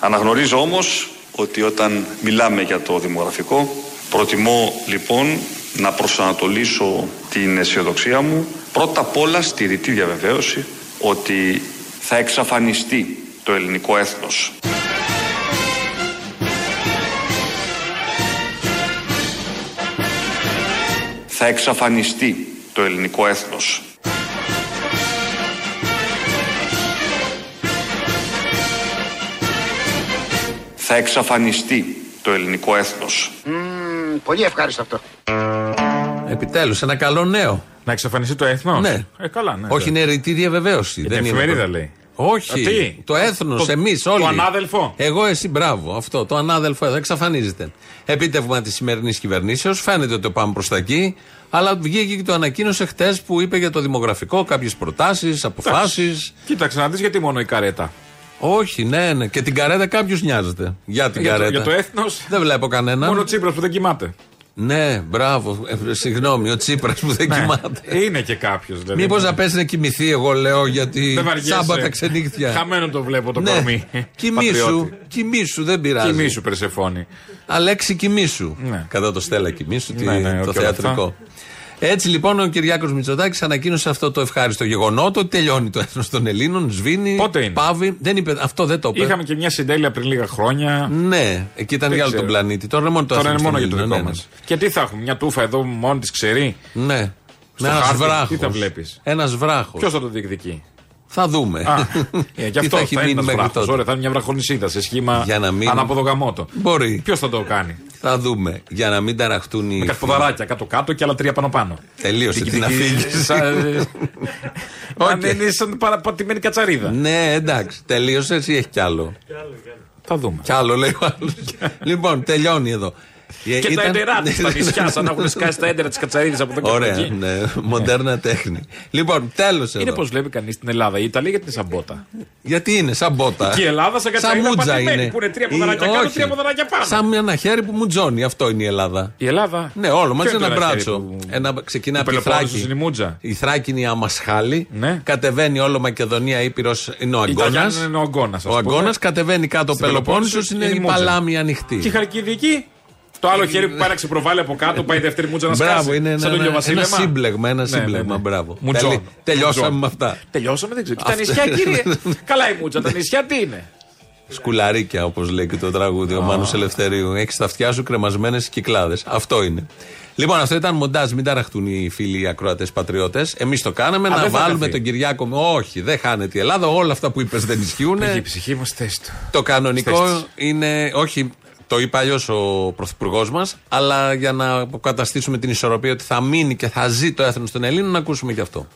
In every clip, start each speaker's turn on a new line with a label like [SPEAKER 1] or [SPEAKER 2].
[SPEAKER 1] Αναγνωρίζω όμως ότι όταν μιλάμε για το δημογραφικό, προτιμώ λοιπόν να προσανατολίσω την αισιοδοξία μου πρώτα απ' όλα στη ρητή διαβεβαίωση ότι θα εξαφανιστεί το ελληνικό έθνος. Θα εξαφανιστεί το ελληνικό έθνος. Θα εξαφανιστεί το ελληνικό έθνος.
[SPEAKER 2] Μμμ, πολύ ευχάριστο αυτό.
[SPEAKER 3] Επιτέλους, ένα καλό νέο.
[SPEAKER 4] Να εξαφανιστεί το έθνος.
[SPEAKER 3] Ναι.
[SPEAKER 4] Ε, καλά, ναι.
[SPEAKER 3] Όχι, είναι ρητή διαβεβαίωση.
[SPEAKER 4] την εφημερίδα λέει.
[SPEAKER 3] Όχι.
[SPEAKER 4] Α, τι?
[SPEAKER 3] Το έθνος,
[SPEAKER 4] Το-
[SPEAKER 3] εμείς
[SPEAKER 4] το
[SPEAKER 3] όλοι.
[SPEAKER 4] ανάδελφο.
[SPEAKER 3] Εγώ, εσύ, μπράβο. Αυτό. Το ανάδελφο εδώ εξαφανίζεται. Επίτευγμα της σημερινής κυβερνήσεως. Φαίνεται ότι το πάμε προς τα εκεί. Αλλά βγήκε και το ανακοίνωσε χτες που είπε για το δημογραφικό κάποιες προτάσεις, αποφάσεις.
[SPEAKER 4] Κοίταξε να δεις γιατί μόνο η καρέτα.
[SPEAKER 3] Όχι, ναι, ναι. Και την καρέτα κάποιος νοιάζεται. Για την
[SPEAKER 4] Για το,
[SPEAKER 3] καρέτα.
[SPEAKER 4] για το έθνος.
[SPEAKER 3] Δεν βλέπω κανέναν.
[SPEAKER 4] Μόνο ο Τσίπρας που δεν κοιμάται.
[SPEAKER 3] Ναι, μπράβο. Ε, συγγνώμη, ο Τσίπρας που
[SPEAKER 4] Ναι.
[SPEAKER 3] δεν κοιμάται.
[SPEAKER 4] Είναι και κάποιος. Δηλαδή.
[SPEAKER 3] Μήπως να πέσει να κοιμηθεί, εγώ λέω, γιατί
[SPEAKER 4] Δεν βαριέσαι.
[SPEAKER 3] τσάμπα τα ξενύχτια. Ναι.
[SPEAKER 4] Χαμένο το βλέπω το κορμί.
[SPEAKER 3] Κοιμήσου,
[SPEAKER 4] Πατριώτη.
[SPEAKER 3] κοιμήσου, δεν πειράζει.
[SPEAKER 4] Κοιμήσου, Περσεφόνη.
[SPEAKER 3] Αλέξη Κοιμήσου.
[SPEAKER 4] Ναι.
[SPEAKER 3] Κατά το Στέλλα Κοιμήσου, τι,
[SPEAKER 4] Ναι, ναι,
[SPEAKER 3] το
[SPEAKER 4] και όλα
[SPEAKER 3] θεατρικό.
[SPEAKER 4] αυτά.
[SPEAKER 3] Έτσι λοιπόν ο Κυριάκος Μητσοτάκης ανακοίνωσε αυτό το ευχάριστο γεγονό ότι τελειώνει το έθνος των Ελλήνων, σβήνει,
[SPEAKER 4] Πότε είναι?
[SPEAKER 3] πάβει. Δεν είπε, αυτό δεν το είπε.
[SPEAKER 4] Είχαμε και μια συντέλεια πριν λίγα χρόνια.
[SPEAKER 3] Ναι, εκεί ήταν
[SPEAKER 4] Δεν
[SPEAKER 3] για άλλο
[SPEAKER 4] ξέρω.
[SPEAKER 3] τον πλανήτη. Τώρα είναι μόνο το
[SPEAKER 4] Τώρα
[SPEAKER 3] έθνος
[SPEAKER 4] είναι μόνο
[SPEAKER 3] των
[SPEAKER 4] για το
[SPEAKER 3] Ελλήνων,
[SPEAKER 4] δικό
[SPEAKER 3] ναι,
[SPEAKER 4] μας. Και τι θα έχουμε, μια τούφα εδώ μόνη της ξερή.
[SPEAKER 3] Ναι. ναι.
[SPEAKER 4] Στο
[SPEAKER 3] Ένας
[SPEAKER 4] χάρτη, τι
[SPEAKER 3] βράχο.
[SPEAKER 4] θα βλέπεις?
[SPEAKER 3] Ένας βράχος.
[SPEAKER 4] Ποιος θα το διεκδικεί.
[SPEAKER 3] Θα δούμε.
[SPEAKER 4] Α, ε, γι'
[SPEAKER 3] Τι
[SPEAKER 4] αυτό
[SPEAKER 3] θα
[SPEAKER 4] θα,
[SPEAKER 3] έχει
[SPEAKER 4] είναι
[SPEAKER 3] μείνει
[SPEAKER 4] ένας
[SPEAKER 3] μέχρι
[SPEAKER 4] βράχος.
[SPEAKER 3] τότε.
[SPEAKER 4] Ωραία, θα είναι μια βραχονισίδα σε σχήμα
[SPEAKER 3] Για να μην-
[SPEAKER 4] αναποδογαμότο.
[SPEAKER 3] Μπορεί.
[SPEAKER 4] Ποιος θα το κάνει.
[SPEAKER 3] Θα δούμε. Για να μην ταραχτούν οι.
[SPEAKER 4] Με καρποδαράκια κάτω-κάτω και άλλα τρία πάνω-πάνω.
[SPEAKER 3] Τελείωσε την αφήγηση.
[SPEAKER 4] Σαν-
[SPEAKER 3] Οκ.
[SPEAKER 4] Αν είναι ε, σαν παραπατημένη κατσαρίδα.
[SPEAKER 3] Ναι, εντάξει. Τελείωσες ή έχει κι άλλο.
[SPEAKER 4] Θα δούμε.
[SPEAKER 3] Κι άλλο λέει ο άλλος. λοιπόν, τελειώνει εδώ. Ε,
[SPEAKER 4] Και τα
[SPEAKER 3] ήταν- ναι,
[SPEAKER 4] έντερά της στα νησιά, σαν να έχουν σκάσει τα έντερα της κατσαρίδα από εδώ και από
[SPEAKER 3] Ωραία,
[SPEAKER 4] εκεί.
[SPEAKER 3] ναι, μοντέρνα τέχνη. Λοιπόν, τέλος εδώ.
[SPEAKER 4] Είναι πώς βλέπει κανείς την Ελλάδα. Η Ιταλία για την σαμπότα.
[SPEAKER 3] Γιατί είναι, σαν μπότα.
[SPEAKER 4] Και η Ελλάδα σαν κατσαρίδα
[SPEAKER 3] μούτζα
[SPEAKER 4] πατημένη, που είναι τρία ποδαράκια κάτω,
[SPEAKER 3] Ε, όχι.
[SPEAKER 4] τρία ποδαράκια πάνω.
[SPEAKER 3] Σαν ένα χέρι που μουτζώνει, αυτό είναι η Ελλάδα.
[SPEAKER 4] Η Ελλάδα.
[SPEAKER 3] Ναι, όλο μαζί
[SPEAKER 4] Ποιο είναι
[SPEAKER 3] ένα
[SPEAKER 4] το χέρι
[SPEAKER 3] μπράτσο.
[SPEAKER 4] που-
[SPEAKER 3] Ένα, ξεκινά
[SPEAKER 4] που
[SPEAKER 3] από τη
[SPEAKER 4] Πελοπόννησος
[SPEAKER 3] Θράκη.
[SPEAKER 4] είναι η Μούτζα.
[SPEAKER 3] Η Θράκη είναι η Αμασχάλη.
[SPEAKER 4] Ναι.
[SPEAKER 3] Κατεβαίνει όλο Μακεδονία Ήπειρος είναι ο Αγκώνα.
[SPEAKER 4] Ιταλιάνος είναι ο Αγκώνας, ας
[SPEAKER 3] Ο
[SPEAKER 4] πούμε.
[SPEAKER 3] Αγκώνας κατεβαίνει κάτω ο
[SPEAKER 4] Στην
[SPEAKER 3] Πελοπόννησος
[SPEAKER 4] Πελοπόννησος
[SPEAKER 3] είναι
[SPEAKER 4] είναι
[SPEAKER 3] η
[SPEAKER 4] η Μούτζα.
[SPEAKER 3] Παλάμη
[SPEAKER 4] Και η
[SPEAKER 3] ανοιχτή.
[SPEAKER 4] Χαλκιδική. Το άλλο χέρι που πάει να ξεπροβάλλει από κάτω, πάει η δεύτερη μούτζα να σκάσει.
[SPEAKER 3] Ναι. Μπράβο, είναι
[SPEAKER 4] Σαν
[SPEAKER 3] ένα,
[SPEAKER 4] τον
[SPEAKER 3] ένα,
[SPEAKER 4] Λιοβασίλεμα.
[SPEAKER 3] σύμπλεγμα. Ένα
[SPEAKER 4] Ναι, ναι,
[SPEAKER 3] σύμπλεγμα,
[SPEAKER 4] ναι.
[SPEAKER 3] μπράβο.
[SPEAKER 4] Μουτζό.
[SPEAKER 3] Τελει- Τελειώσαμε
[SPEAKER 4] Μουτζό.
[SPEAKER 3] με αυτά.
[SPEAKER 4] Τελειώσαμε, δεν ξέρω. Και τα
[SPEAKER 3] Αυτό-
[SPEAKER 4] νησιά, κύριε. Καλά η μούτζα, τα νησιά τι είναι.
[SPEAKER 3] Σκουλαρίκια, όπως λέει και το τραγούδι ο Μάνος Ελευθερίου. Έχεις στα αυτιά σου κρεμασμένες κυκλάδες. Αυτό είναι. Λοιπόν, αυτό ήταν μοντάζ. Μην ταραχτούν οι φίλοι ακροατέ πατριώτες. Εμείς το κάναμε να
[SPEAKER 4] δεν θα
[SPEAKER 3] βάλουμε
[SPEAKER 4] χαθεί.
[SPEAKER 3] τον Κυριάκο. Όχι, δεν χάνεται η Ελλάδα. Όλα αυτά που είπες δεν ισχύουν.
[SPEAKER 4] Και η ψυχή μας θέση του.
[SPEAKER 3] Το κανονικό
[SPEAKER 4] Στέστης.
[SPEAKER 3] είναι. Όχι, το είπε αλλιώς ο Πρωθυπουργός μας, αλλά για να αποκαταστήσουμε την ισορροπία ότι θα μείνει και θα ζει το έθνος των Ελλήνων, να ακούσουμε και αυτό.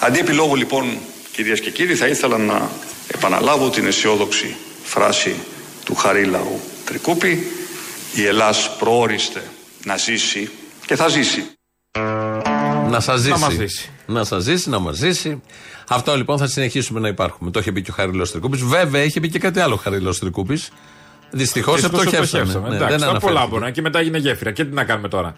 [SPEAKER 1] Αντί επιλόγου λοιπόν κυρίες και κύριοι θα ήθελα να επαναλάβω την αισιόδοξη φράση του Χαρίλαου Τρικούπη «Η Ελλάς προόριστε να ζήσει και θα ζήσει».
[SPEAKER 3] Να σας ζήσει.
[SPEAKER 4] μας ζήσει.
[SPEAKER 3] Να σας ζήσει, να μας ζήσει. Αυτό λοιπόν θα συνεχίσουμε να υπάρχουμε. Το είχε πει και ο Χαριλό Τρικούπης. Βέβαια, είχε πει και κάτι άλλο ο Χαριλό Τρικούπης. Δυστυχώς
[SPEAKER 4] Ίσως το στοχεύσαμε.
[SPEAKER 3] επτοχεύσαμε. Ναι,
[SPEAKER 4] Εντάξει,
[SPEAKER 3] δεν
[SPEAKER 4] τα πολλά
[SPEAKER 3] αναφέρθηκε.
[SPEAKER 4] μπορεί να- και μετά έγινε γέφυρα. Και τι να κάνουμε τώρα.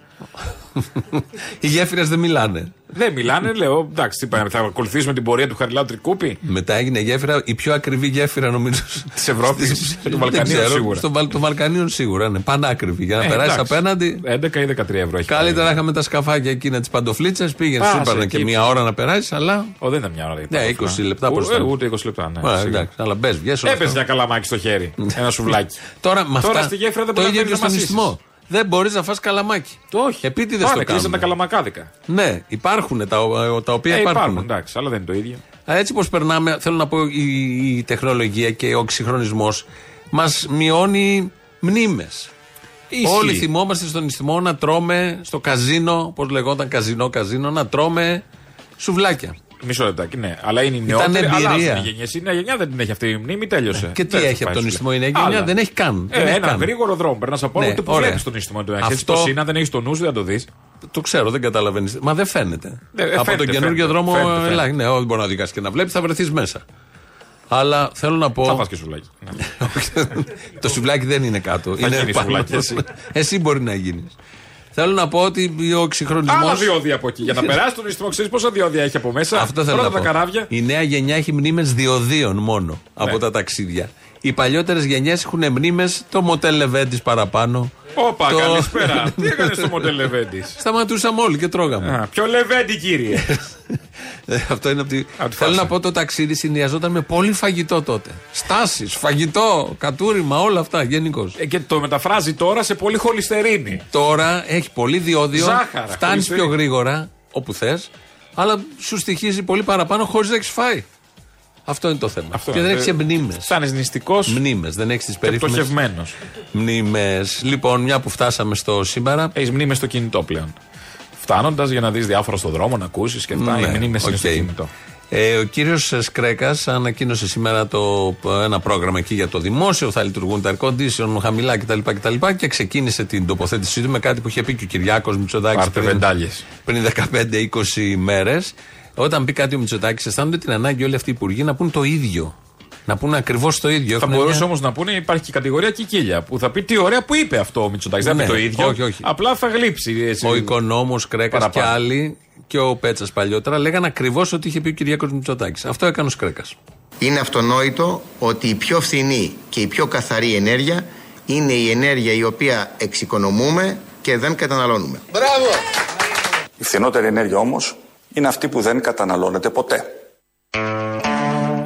[SPEAKER 3] Οι γέφυρες δεν μιλάνε.
[SPEAKER 4] Δεν μιλάνε, λέω. Εντάξει, τι πάει, θα ακολουθήσουμε την πορεία του Χαριλάου Τρικούπη.
[SPEAKER 3] Μετά έγινε γέφυρα, η πιο ακριβή γέφυρα νομίζω.
[SPEAKER 4] Της Ευρώπης
[SPEAKER 3] στις-
[SPEAKER 4] και των
[SPEAKER 3] δεν
[SPEAKER 4] Βαλκανίων
[SPEAKER 3] ξέρω,
[SPEAKER 4] σίγουρα.
[SPEAKER 3] Των Βαλ- των Βαλκανίων σίγουρα, ναι. Πανάκριβη. Για να
[SPEAKER 4] Ε,
[SPEAKER 3] περάσεις
[SPEAKER 4] εντάξει.
[SPEAKER 3] απέναντι.
[SPEAKER 4] 11 ή 13 ευρώ έχει.
[SPEAKER 3] Καλύτερα είχαμε τα σκαφάκια εκείνα τι παντοφλίτσε. Πήγαινε,
[SPEAKER 4] Πας
[SPEAKER 3] σου είπαν
[SPEAKER 4] εκεί.
[SPEAKER 3] και μία ώρα να περάσεις, αλλά.
[SPEAKER 4] Ο, δεν ήταν μια ώρα.
[SPEAKER 3] Ναι, 20 λεπτά μπροστά.
[SPEAKER 4] Ούτε, ούτε 20 λεπτά. Ναι,
[SPEAKER 3] Ωραία,
[SPEAKER 4] σίγουρα.
[SPEAKER 3] εντάξει, Ναι. αλλά μπες, βγες όλα
[SPEAKER 4] Έπεσε
[SPEAKER 3] αυτά.
[SPEAKER 4] μια καλαμάκι στο χέρι. Ένα σουβλάκι.
[SPEAKER 3] Τώρα, με
[SPEAKER 4] Τώρα
[SPEAKER 3] αυτά,
[SPEAKER 4] στη γέφυρα δεν
[SPEAKER 3] το
[SPEAKER 4] μπορεί
[SPEAKER 3] ίδιο
[SPEAKER 4] να
[SPEAKER 3] και
[SPEAKER 4] φέρεις να
[SPEAKER 3] στον
[SPEAKER 4] μασίσεις.
[SPEAKER 3] ισθμό. Δεν μπορείς να φας καλαμάκι.
[SPEAKER 4] Όχι.
[SPEAKER 3] Επίτηδες το
[SPEAKER 4] Πάνε, κλείσαν τα
[SPEAKER 3] κάνουμε.
[SPEAKER 4] καλαμακάδικα.
[SPEAKER 3] Ναι, υπάρχουν τα, ο- τα οποία
[SPEAKER 4] Ε,
[SPEAKER 3] υπάρχουν.
[SPEAKER 4] υπάρχουν, εντάξει, αλλά δεν είναι το ίδιο.
[SPEAKER 3] Α, Έτσι πως περνάμε, θέλω να πω, η, η τεχνολογία και ο ξυγχρονισμός μας μειώνει μνήμες.
[SPEAKER 4] Ισχύει.
[SPEAKER 3] Όλοι θυμόμαστε στον Ισθμό να τρώμε στο καζίνο, πως λεγόταν καζίνο, καζίνο, να τρώμε σουβλάκια.
[SPEAKER 4] Μισό λεπτάκι, ναι. Αλλά είναι η νεότερη.
[SPEAKER 3] εμπειρία.
[SPEAKER 4] Αλλά οι γενιές. Η νέα γενιά δεν την έχει αυτή η μνήμη, τέλειωσε.
[SPEAKER 3] και τι
[SPEAKER 4] Δεν
[SPEAKER 3] έχει
[SPEAKER 4] θα
[SPEAKER 3] από τον
[SPEAKER 4] πάει,
[SPEAKER 3] Ισθμό
[SPEAKER 4] σου
[SPEAKER 3] η νέα
[SPEAKER 4] λέω.
[SPEAKER 3] γενιά,
[SPEAKER 4] Άλλα.
[SPEAKER 3] δεν έχει καν,
[SPEAKER 4] Ε,
[SPEAKER 3] δεν έχει
[SPEAKER 4] ένα
[SPEAKER 3] καν.
[SPEAKER 4] γρήγορο δρόμο. Περνάς από
[SPEAKER 3] Ναι,
[SPEAKER 4] όλο και που
[SPEAKER 3] ωραία.
[SPEAKER 4] βλέπεις τον Ισθμό. Το έχεις
[SPEAKER 3] Αυτό-
[SPEAKER 4] το σύνα, δεν έχεις τον νου, σου, δεν το δεις.
[SPEAKER 3] Το ξέρω, δεν καταλαβαίνεις. Μα δεν φαίνεται.
[SPEAKER 4] Ναι, ε,
[SPEAKER 3] από
[SPEAKER 4] φαίνεται,
[SPEAKER 3] τον
[SPEAKER 4] φαίνεται,
[SPEAKER 3] καινούργιο δρόμο,
[SPEAKER 4] φαίνεται, φαίνεται.
[SPEAKER 3] ελάχιστα. Ναι, όχι, μπορεί να δει και να βλέπεις, θα βρεθείς μέσα. Αλλά θέλω να πω.
[SPEAKER 4] Θα πα και σουβλάκι. Ναι.
[SPEAKER 3] το σουβλάκι δεν είναι κάτω. είναι
[SPEAKER 4] γίνει σουβλάκι, εσύ.
[SPEAKER 3] εσύ μπορεί να γίνεις. Θέλω να πω ότι ο εξυγχρονισμός.
[SPEAKER 4] Άλλα διόδια από εκεί. Για να περάσει τον ιστμό, ξέρεις πόσα διόδια έχει από μέσα.
[SPEAKER 3] Αυτό θέλω
[SPEAKER 4] Πρώτα
[SPEAKER 3] να πω.
[SPEAKER 4] τα καράβια.
[SPEAKER 3] Η νέα γενιά έχει μνήμες διοδίων μόνο από
[SPEAKER 4] Ναι.
[SPEAKER 3] τα ταξίδια. Οι παλιότερες γενιές έχουν μνήμες το μοτέλ Λεβέντη παραπάνω.
[SPEAKER 4] Όπα,
[SPEAKER 3] το...
[SPEAKER 4] καλησπέρα. Τι έκανες στο μοντέλ Λεβέντη.
[SPEAKER 3] Σταματούσαμε όλοι και τρώγαμε.
[SPEAKER 4] Α, Ποιο Λεβέντη, κύριε.
[SPEAKER 3] Ε, Αυτό είναι από τη...
[SPEAKER 4] Από τη
[SPEAKER 3] Θέλω
[SPEAKER 4] φάση.
[SPEAKER 3] να πω το ταξίδι συνδυαζόταν με πολύ φαγητό τότε. Στάσεις, φαγητό, κατούριμα, όλα αυτά γενικώς.
[SPEAKER 4] Ε, και το μεταφράζει τώρα σε πολύ χολυστερίνη.
[SPEAKER 3] Τώρα έχει πολύ διόδιο.
[SPEAKER 4] Ζάχαρα,
[SPEAKER 3] Φτάνεις
[SPEAKER 4] χωρίς
[SPEAKER 3] πιο
[SPEAKER 4] τρίτη.
[SPEAKER 3] γρήγορα όπου θες, αλλά σου στοιχίζει πολύ παραπάνω χωρίς να έχεις φάει. Αυτό είναι το θέμα.
[SPEAKER 4] Αυτό
[SPEAKER 3] και
[SPEAKER 4] είναι. Ε,
[SPEAKER 3] δεν έχει μνήμε.
[SPEAKER 4] Φτάνει νηστικό και
[SPEAKER 3] Μνήμες, δεν έχεις τις περίφημες.
[SPEAKER 4] πτωχευμένος.
[SPEAKER 3] Μνήμες. Λοιπόν, μια που φτάσαμε στο σήμερα.
[SPEAKER 4] Έχεις μνήμες στο κινητό πλέον. Φτάνοντας για να δεις διάφορα στον δρόμο, να ακούσεις και αυτά.
[SPEAKER 3] Ναι,
[SPEAKER 4] οι μνήμε είναι στο
[SPEAKER 3] οκ.
[SPEAKER 4] κινητό.
[SPEAKER 3] Ε, ο κύριος Σκρέκας ανακοίνωσε σήμερα το, ένα πρόγραμμα εκεί για το δημόσιο. Θα λειτουργούν τα air condition χαμηλά κτλ, κτλ. Και ξεκίνησε την τοποθέτησή του με κάτι που είχε πει και ο Κυριάκος Μητσοτάκης.
[SPEAKER 4] Πάρτε βεντάλιες.
[SPEAKER 3] πριν 15-20 μέρες. Όταν πει κάτι ο Μητσοτάκης, αισθάνονται την ανάγκη όλοι αυτοί οι υπουργοί να πούν το ίδιο. Να πούν ακριβώς το ίδιο.
[SPEAKER 4] Θα
[SPEAKER 3] Έχουν
[SPEAKER 4] μπορούσε
[SPEAKER 3] μια-
[SPEAKER 4] όμως να πούνε, υπάρχει και η κατηγορία Κικίλια που θα πει τι ωραία που είπε αυτό ο Μητσοτάκης. Δεν θα
[SPEAKER 3] Ναι,
[SPEAKER 4] πει το ίδιο.
[SPEAKER 3] όχι, όχι.
[SPEAKER 4] Απλά θα γλύψει. ε, έτσι.
[SPEAKER 3] Ο οικονόμος, Κρέκας και
[SPEAKER 4] Παραπάνω.
[SPEAKER 3] άλλοι και ο Πέτσας παλιότερα λέγανε ακριβώς ότι είχε πει ο Κυριακό Μητσοτάκης. Αυτό έκανε ο Κρέκας.
[SPEAKER 5] Είναι αυτονόητο ότι η πιο φθηνή και η πιο καθαρή ενέργεια είναι η ενέργεια η οποία εξοικονομούμε και δεν καταναλώνουμε.
[SPEAKER 1] Η φθηνότερη ενέργεια όμως είναι αυτή που δεν καταναλώνεται ποτέ.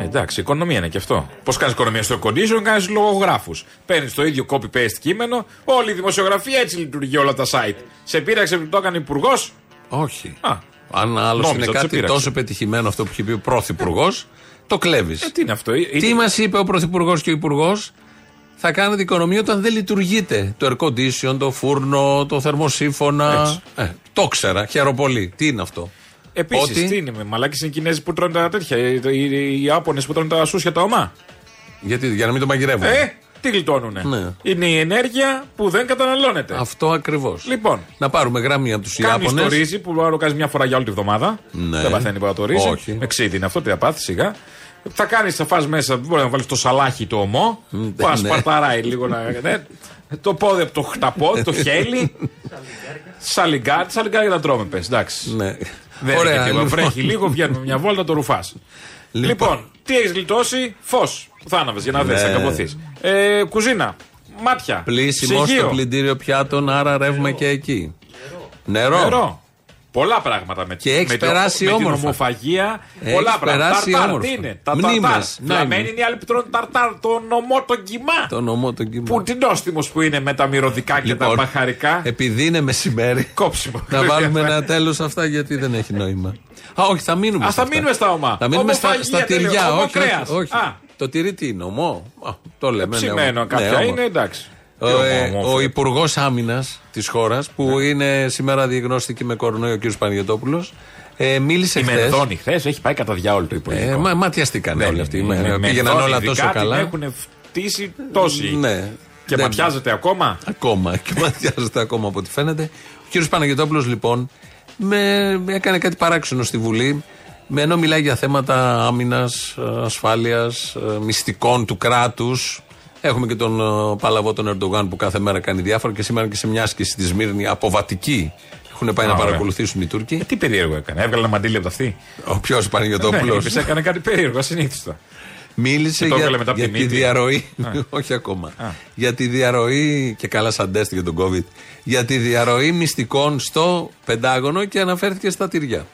[SPEAKER 4] Εντάξει, οικονομία είναι και αυτό. Πώς κάνεις οικονομία στο condition, κάνεις λογογράφους. Παίρνεις το ίδιο copy-paste κείμενο, όλη η δημοσιογραφία έτσι λειτουργεί όλα τα site. Σε πείραξε που το έκανε υπουργός.
[SPEAKER 3] Όχι.
[SPEAKER 4] Α.
[SPEAKER 3] Αν άλλος
[SPEAKER 4] Νόμιζα
[SPEAKER 3] είναι
[SPEAKER 4] ότι σε
[SPEAKER 3] κάτι
[SPEAKER 4] πείραξε.
[SPEAKER 3] τόσο πετυχημένο αυτό που είχε πει ο Πρωθυπουργός, το κλέβεις.
[SPEAKER 4] Ε, τι είναι αυτό, ε,
[SPEAKER 3] Τι
[SPEAKER 4] είναι-
[SPEAKER 3] μας είπε ο Πρωθυπουργός και ο Υπουργός, θα κάνετε οικονομία όταν δεν λειτουργείται το air condition, το φούρνο, το θερμοσύφωνα.
[SPEAKER 4] Έτσι.
[SPEAKER 3] Ε, το ξέρα, χαίρομαι πολύ. Τι είναι αυτό.
[SPEAKER 4] Επίσης,
[SPEAKER 3] Ότι-
[SPEAKER 4] τι είναι, με μαλάκι είναι οι Κινέζοι που τρώνε τα τέτοια. ε, Οι, οι, οι Άπωνε που τρώνε τα σούσια τα ομά.
[SPEAKER 3] Γιατί, για να μην το μαγειρεύουν.
[SPEAKER 4] Ε, τι γλιτώνουνε.
[SPEAKER 3] Ναι.
[SPEAKER 4] Είναι η ενέργεια που δεν καταναλώνεται.
[SPEAKER 3] Αυτό ακριβώς.
[SPEAKER 4] Λοιπόν.
[SPEAKER 3] Να πάρουμε γράμμη από τους
[SPEAKER 4] Κάνεις το
[SPEAKER 3] Ιάπωνε.
[SPEAKER 4] ρύζι που μπορεί να κάνεις μια φορά για όλη τη βδομάδα.
[SPEAKER 3] Ναι.
[SPEAKER 4] Δεν παθαίνει πάρα το ρύζι.
[SPEAKER 3] Όχι.
[SPEAKER 4] Με ξύδι είναι αυτό, τι θα πάθεις σιγά. Θα κάνεις, θα φας μέσα, μπορεί να βάλεις το σαλάχι το ομό. Που να
[SPEAKER 3] ναι.
[SPEAKER 4] σπαρταράει λίγο να. ναι. Το πόδι από το χταπόδι, το χέλι. Σαλιγκάρι, σαλιγκάρι να τρώμε, πες. Εντάξει.
[SPEAKER 3] Ναι.
[SPEAKER 4] Δεν Ωραία,
[SPEAKER 3] Ωραία,
[SPEAKER 4] είναι
[SPEAKER 3] λοιπόν.
[SPEAKER 4] λοιπόν. Βρέχει λίγο, βγαίνουμε μια βόλτα, το ρουφάς. Λοιπόν. τι έχεις γλιτώσει, φως που θα άναβε για να δεις,
[SPEAKER 3] Ναι.
[SPEAKER 4] θα καμποθεί. Ε, κουζίνα, μάτια.
[SPEAKER 3] Πλήσιμο στο
[SPEAKER 4] ψυγείο,
[SPEAKER 3] πλυντήριο πιάτων, άρα ρεύμα και εκεί. Νερό.
[SPEAKER 4] Νερό. Πολλά πράγματα με,
[SPEAKER 3] Και έχεις
[SPEAKER 4] με, το-
[SPEAKER 3] περάσει
[SPEAKER 4] με την
[SPEAKER 3] όμορφα.
[SPEAKER 4] ομοφαγία.
[SPEAKER 3] Έχεις
[SPEAKER 4] πολλά πράγματα.
[SPEAKER 3] περάσει
[SPEAKER 4] ταρτάρ,
[SPEAKER 3] όμορφα.
[SPEAKER 4] τι είναι. Τα
[SPEAKER 3] Μνήμες,
[SPEAKER 4] ταρτάρ.
[SPEAKER 3] να είναι.
[SPEAKER 4] Φλαμμένοι είναι οι άλλοι που τρώνε ταρτάρ. Το νομό, τον κοιμά.
[SPEAKER 3] Το νομό, τον κύμα.
[SPEAKER 4] Που την νόστιμο που είναι με τα μυρωδικά και τα μπαχαρικά.
[SPEAKER 3] Λοιπόν, Επειδή είναι μεσημέρι.
[SPEAKER 4] Κόψιμο.
[SPEAKER 3] ε, Να βάλουμε ένα τέλος αυτά γιατί δεν έχει νόημα. Α, όχι, θα μείνουμε.
[SPEAKER 4] Α,
[SPEAKER 3] σε
[SPEAKER 4] θα
[SPEAKER 3] αυτά.
[SPEAKER 4] μείνουμε στα ομά.
[SPEAKER 3] Θα μείνουμε στα,
[SPEAKER 4] Ομοφαγία
[SPEAKER 3] στα
[SPEAKER 4] τελείως.
[SPEAKER 3] τυριά.
[SPEAKER 4] Ομό
[SPEAKER 3] Όχι,
[SPEAKER 4] κρέας.
[SPEAKER 3] όχι, όχι.
[SPEAKER 4] Α.
[SPEAKER 3] Το τυρί τι είναι, ομό. Α, το λέμε. ναι,
[SPEAKER 4] Ψημένο
[SPEAKER 3] ομό.
[SPEAKER 4] κάποια
[SPEAKER 3] Ναι, ομό.
[SPEAKER 4] είναι εντάξει.
[SPEAKER 3] Ο,
[SPEAKER 4] Τι
[SPEAKER 3] ε,
[SPEAKER 4] ομό, Ναι.
[SPEAKER 3] ο
[SPEAKER 4] ομόφυλα.
[SPEAKER 3] Υπουργός Άμυνας της χώρας, που είναι σήμερα διαγνώστηκε με κορονοϊό ο κ. Παναγιοτόπουλος, ε, μίλησε
[SPEAKER 4] Η
[SPEAKER 3] χθε.
[SPEAKER 4] Μενδώνη χθες έχει πάει κατά διάολο το υπουργικό.
[SPEAKER 3] Ε, μα, ματιαστήκαν
[SPEAKER 4] Δεν
[SPEAKER 3] όλοι
[SPEAKER 4] είναι.
[SPEAKER 3] αυτοί.
[SPEAKER 4] Η
[SPEAKER 3] με-
[SPEAKER 4] Μενδώνη
[SPEAKER 3] πήγαιναν όλα
[SPEAKER 4] ναι, ειδικά
[SPEAKER 3] τόσο
[SPEAKER 4] την
[SPEAKER 3] καλά.
[SPEAKER 4] Έχουν φτύσει τόσοι.
[SPEAKER 3] Ναι.
[SPEAKER 4] Και
[SPEAKER 3] Δεν-
[SPEAKER 4] ματιάζεται ακόμα.
[SPEAKER 3] Ακόμα και ματιάζεται ακόμα από ό,τι φαίνεται. Ο κύριος Παναγιοτόπουλος λοιπόν με, με έκανε κάτι παράξενο στη Βουλή. Με ενώ μιλάει για θέματα άμυνας, ασφάλειας, ε, μυστικών του κράτους. Έχουμε και τον ε, παλαβό τον Ερντογάν που κάθε μέρα κάνει διάφορα και σήμερα και σε μια άσκηση στη Σμύρνη αποβατική. Έχουν πάει να
[SPEAKER 4] ωραία.
[SPEAKER 3] παρακολουθήσουν οι Τούρκοι.
[SPEAKER 4] Ε, τι περίεργο έκανε. Έβγαλε ένα μαντίλι από τα αυτή.
[SPEAKER 3] Ο ποιος Παναγιοτόπουλος.
[SPEAKER 4] Ναι, είπες, έκανε κάτι περίεργο, ασυνήθιστο.
[SPEAKER 3] Μίλησε
[SPEAKER 4] Και το
[SPEAKER 3] για,
[SPEAKER 4] έβγαλε μετά από
[SPEAKER 3] για
[SPEAKER 4] τη
[SPEAKER 3] τη
[SPEAKER 4] μύτη.
[SPEAKER 3] διαρροή. όχι ακόμα. Για τη διαρροή. Και καλά, σαν τεστ για τον COVID. Για τη διαρροή μυστικών στο Πεντάγωνο και αναφέρθηκε στα τυριά.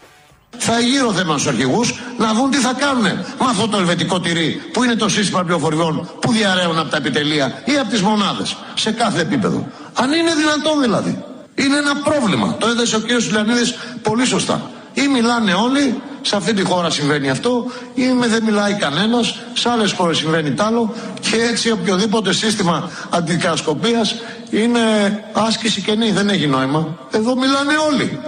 [SPEAKER 6] Θα γύρω θέμα στους αρχηγούς να δουν τι θα κάνουν με αυτό το ελβετικό τυρί που είναι το σύστημα πληροφοριών που διαρρέουν από τα επιτελεία ή από τις μονάδες σε κάθε επίπεδο. Αν είναι δυνατόν δηλαδή. Είναι ένα πρόβλημα. Το έδεσε ο κ. Σουλιανίδη πολύ σωστά. Ή μιλάνε όλοι, σε αυτή τη χώρα συμβαίνει αυτό, ή με δεν μιλάει κανένας, σε άλλες χώρες συμβαίνει τ' άλλο και έτσι οποιοδήποτε σύστημα αντικασκοπία είναι άσκηση κενή. Δεν έχει νόημα. Εδώ μιλάνε όλοι.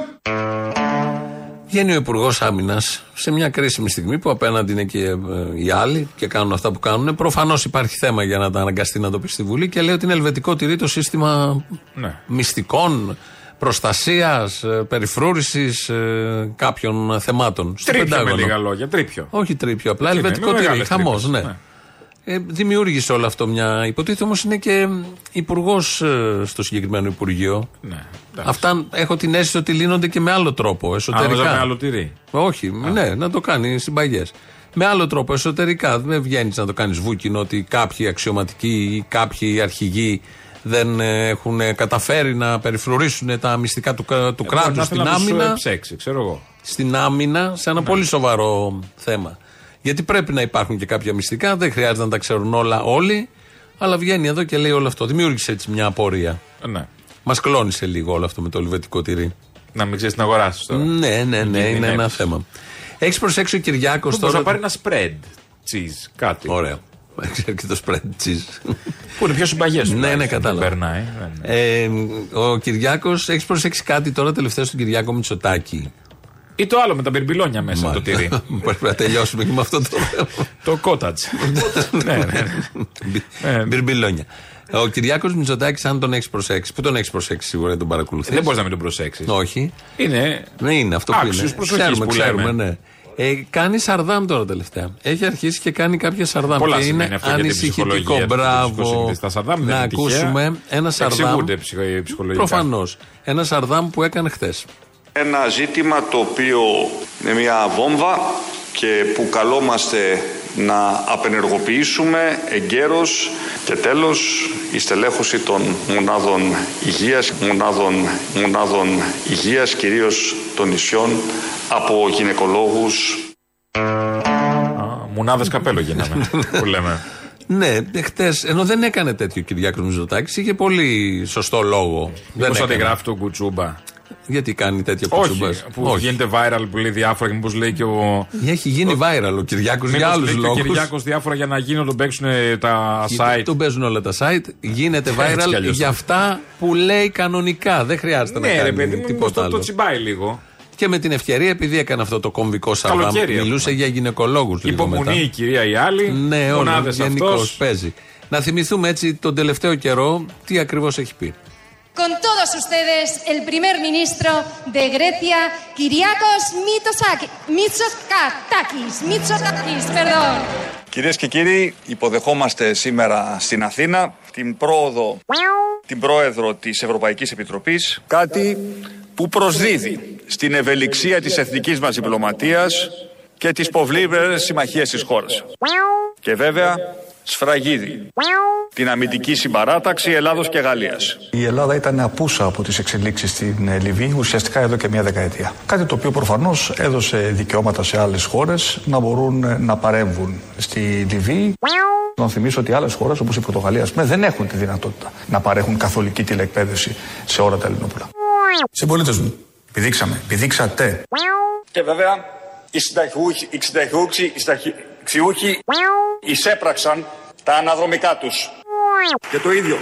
[SPEAKER 3] Βγαίνει ο Υπουργός Άμυνας σε μια κρίσιμη στιγμή που απέναντι είναι και ε, οι άλλοι και κάνουν αυτά που κάνουν. Προφανώς υπάρχει θέμα για να τα αναγκαστεί να το πει στη Βουλή και λέει ότι είναι ελβετικό τυρί το σύστημα
[SPEAKER 4] Ναι.
[SPEAKER 3] μυστικών, προστασίας, περιφρούρησης ε, κάποιων θεμάτων. Στο
[SPEAKER 4] Τρίπιο με
[SPEAKER 3] Πεντάγωνο.
[SPEAKER 4] λίγα λόγια. Τρίπιο.
[SPEAKER 3] Όχι τρίπιο, απλά
[SPEAKER 4] Ε, είναι,
[SPEAKER 3] ελβετικό
[SPEAKER 4] με
[SPEAKER 3] τυρί.
[SPEAKER 4] μεγάλες
[SPEAKER 3] Χαμός,
[SPEAKER 4] τρύπες,
[SPEAKER 3] ναι.
[SPEAKER 4] ναι.
[SPEAKER 3] Ε, δημιούργησε όλο αυτό μια. Υποτίθεται όμως είναι και υπουργός στο συγκεκριμένο Υπουργείο.
[SPEAKER 4] Ναι, εντάξει.
[SPEAKER 3] Αυτά έχω την αίσθηση ότι λύνονται και με άλλο τρόπο εσωτερικά.
[SPEAKER 4] Άλλαζα με άλλο τυρί.
[SPEAKER 3] Όχι, ναι, να το κάνει συμπαγέ. Με άλλο τρόπο, εσωτερικά. Δεν βγαίνεις να το κάνεις βούκινο ότι κάποιοι αξιωματικοί ή κάποιοι αρχηγοί δεν ε, έχουν ε, καταφέρει να περιφρουρήσουν τα μυστικά του, κα- του
[SPEAKER 4] Μπορεί
[SPEAKER 3] κράτου
[SPEAKER 4] Ε, να θέλει
[SPEAKER 3] στην
[SPEAKER 4] να τους ε,
[SPEAKER 3] άμυνα.
[SPEAKER 4] ψέξει, ξέρω εγώ.
[SPEAKER 3] Στην άμυνα, σε ένα πολύ σοβαρό θέμα. Γιατί πρέπει να υπάρχουν και κάποια μυστικά, δεν χρειάζεται να τα ξέρουν όλα όλοι. Αλλά βγαίνει εδώ και λέει όλο αυτό. Δημιούργησε έτσι μια απορία.
[SPEAKER 4] Ναι.
[SPEAKER 3] Μας κλώνησε λίγο όλο αυτό με το ελβετικό τυρί.
[SPEAKER 4] Να μην ξέρεις την αγοράσεις τώρα.
[SPEAKER 3] Ναι, ναι, ναι, είναι
[SPEAKER 4] Κινδυνεύεις.
[SPEAKER 3] ένα θέμα. Έχεις προσέξει ο Κυριάκος
[SPEAKER 4] Πώ
[SPEAKER 3] τώρα.
[SPEAKER 4] να πάρει ένα spread cheese, κάτι.
[SPEAKER 3] Ωραίο. Ξέρει και το spread cheese.
[SPEAKER 4] Που είναι πιο συμπαγές σου.
[SPEAKER 3] ναι, ναι, κατάλαβα.
[SPEAKER 4] Περνάει. ναι, ναι.
[SPEAKER 3] Ε, ο Κυριάκος, έχεις προσέξει κάτι τώρα τελευταίο στον Κυριάκο Μητσοτάκη.
[SPEAKER 4] Ή το άλλο με τα μπερμπιλόνια μέσα το τυρί.
[SPEAKER 3] Πρέπει να τελειώσουμε και με αυτό το θέμα.
[SPEAKER 4] το κότατζ. ναι, ναι, ναι.
[SPEAKER 3] Μπι-
[SPEAKER 4] Ε.
[SPEAKER 3] Μπιρμπιλόνια. Ο Κυριάκος Μητσοτάκης, αν τον έχεις προσέξει, που τον έχεις προσέξει σίγουρα, δεν τον παρακολουθείς.
[SPEAKER 4] Δεν μπορείς να μην τον προσέξεις.
[SPEAKER 3] Όχι.
[SPEAKER 4] Είναι.
[SPEAKER 3] Ναι, είναι αυτό που
[SPEAKER 4] Άξιος
[SPEAKER 3] είναι.
[SPEAKER 4] προσοχής
[SPEAKER 3] ξέρουμε,
[SPEAKER 4] που λέμε.
[SPEAKER 3] ξέρουμε, ναι. Ε, κάνει σαρδάμ τώρα τελευταία. Έχει αρχίσει και κάνει κάποια σαρδάμ.
[SPEAKER 4] Πολλά
[SPEAKER 3] και
[SPEAKER 4] σημαίνει
[SPEAKER 3] είναι
[SPEAKER 4] αυτό για την ψυχολογία του φυσικού
[SPEAKER 3] Μπράβο.
[SPEAKER 4] συνηθίστη. Τα σαρδάμ δεν
[SPEAKER 3] να
[SPEAKER 4] είναι τυχαία.
[SPEAKER 3] ακούσουμε ένα σαρδάμ.
[SPEAKER 4] Εξηγούνται ψυχο- ε, ψυχολογικά.
[SPEAKER 3] Προφανώς. Ένα σαρδάμ που έκανε χθες.
[SPEAKER 1] Ένα ζήτημα το οποίο είναι μια βόμβα και που καλόμαστε να απενεργοποιήσουμε εγκαίρως και τέλος η στελέχωση των μονάδων υγείας, μονάδων, μονάδων υγείας κυρίως των νησιών από γυναικολόγους
[SPEAKER 4] Ναι. Μουνάδε καπέλο γίναμε. που λέμε.
[SPEAKER 3] Ναι, χτες, ενώ δεν έκανε τέτοιο ο Κυριάκο Μητσοτάκη, είχε πολύ σωστό λόγο.
[SPEAKER 4] Μήπως
[SPEAKER 3] έκανε.
[SPEAKER 4] αντιγράφει τον Κουτσούμπα.
[SPEAKER 3] Γιατί κάνει τέτοιο
[SPEAKER 4] Όχι,
[SPEAKER 3] κουτσούμπα.
[SPEAKER 4] που γίνεται viral που λέει διάφορα και μήπως λέει και ο.
[SPEAKER 3] Έχει γίνει viral ο Κυριάκο
[SPEAKER 4] μήπως
[SPEAKER 3] για
[SPEAKER 4] λέει
[SPEAKER 3] άλλου
[SPEAKER 4] και ο
[SPEAKER 3] λόγους.
[SPEAKER 4] Κυριάκος διάφορα για να γίνουν τον παίξουν τα site.
[SPEAKER 3] Τον παίζουν όλα τα site. Γίνεται
[SPEAKER 4] Έτσι κι
[SPEAKER 3] viral
[SPEAKER 4] αλλιώς.
[SPEAKER 3] για αυτά που λέει κανονικά. Δεν χρειάζεται να
[SPEAKER 4] Ναι,
[SPEAKER 3] κάνει
[SPEAKER 4] ρε παιδί μου, μήπως
[SPEAKER 3] τίποτα
[SPEAKER 4] το,
[SPEAKER 3] άλλο.
[SPEAKER 4] το τσιμπάει λίγο.
[SPEAKER 3] Και με την ευκαιρία, επειδή έκανε αυτό το κομβικό σαρδάμ,
[SPEAKER 4] Καλοκαίρι
[SPEAKER 3] μιλούσε για γυναικολόγους λίγο μετά.
[SPEAKER 4] Υπομονή η κυρία η άλλη.
[SPEAKER 3] Ναι, όλα.
[SPEAKER 4] μονάδες
[SPEAKER 3] Γενικώς
[SPEAKER 4] αυτός.
[SPEAKER 3] παίζει. Να θυμηθούμε έτσι τον τελευταίο καιρό τι ακριβώς έχει πει.
[SPEAKER 7] Con todos ustedes, el primer ministro de Grecia, Kyriakos Mitosaki- Mitsotakis, Mitsotakis, perdón.
[SPEAKER 1] Κυρίες και κύριοι, υποδεχόμαστε σήμερα στην Αθήνα την πρόοδο, την πρόεδρο της Ευρωπαϊκής Επιτροπής, κάτι που προσδίδει στην ευελιξία της εθνικής μας διπλωματίας και τις προβλήβερες συμμαχίες της χώρας. Και βέβαια, σφραγίδι, την αμυντική συμπαράταξη Ελλάδος και Γαλλίας.
[SPEAKER 8] Η Ελλάδα ήταν απούσα από τις εξελίξεις στην ε, Λιβύη ουσιαστικά εδώ και μία δεκαετία. Κάτι το οποίο προφανώς έδωσε δικαιώματα σε άλλες χώρες να μπορούν ε, να παρέμβουν στη Λιβύη. Να θυμίσω ότι άλλες χώρες όπως η Πορτογαλία, ας πούμε, δεν έχουν τη δυνατότητα να παρέχουν καθολική τηλεκπαίδευση σε όλα τα Ελληνόπουλα. Συμπολίτες μου, πηδήξαμε, πηδήξατε.
[SPEAKER 1] Και βέβαια, οι συνταξιούχοι, οι συνταξιούχοι, οι συνταξιούχοι εισέπραξαν τα αναδρομικά τους.
[SPEAKER 9] Και το ίδιο,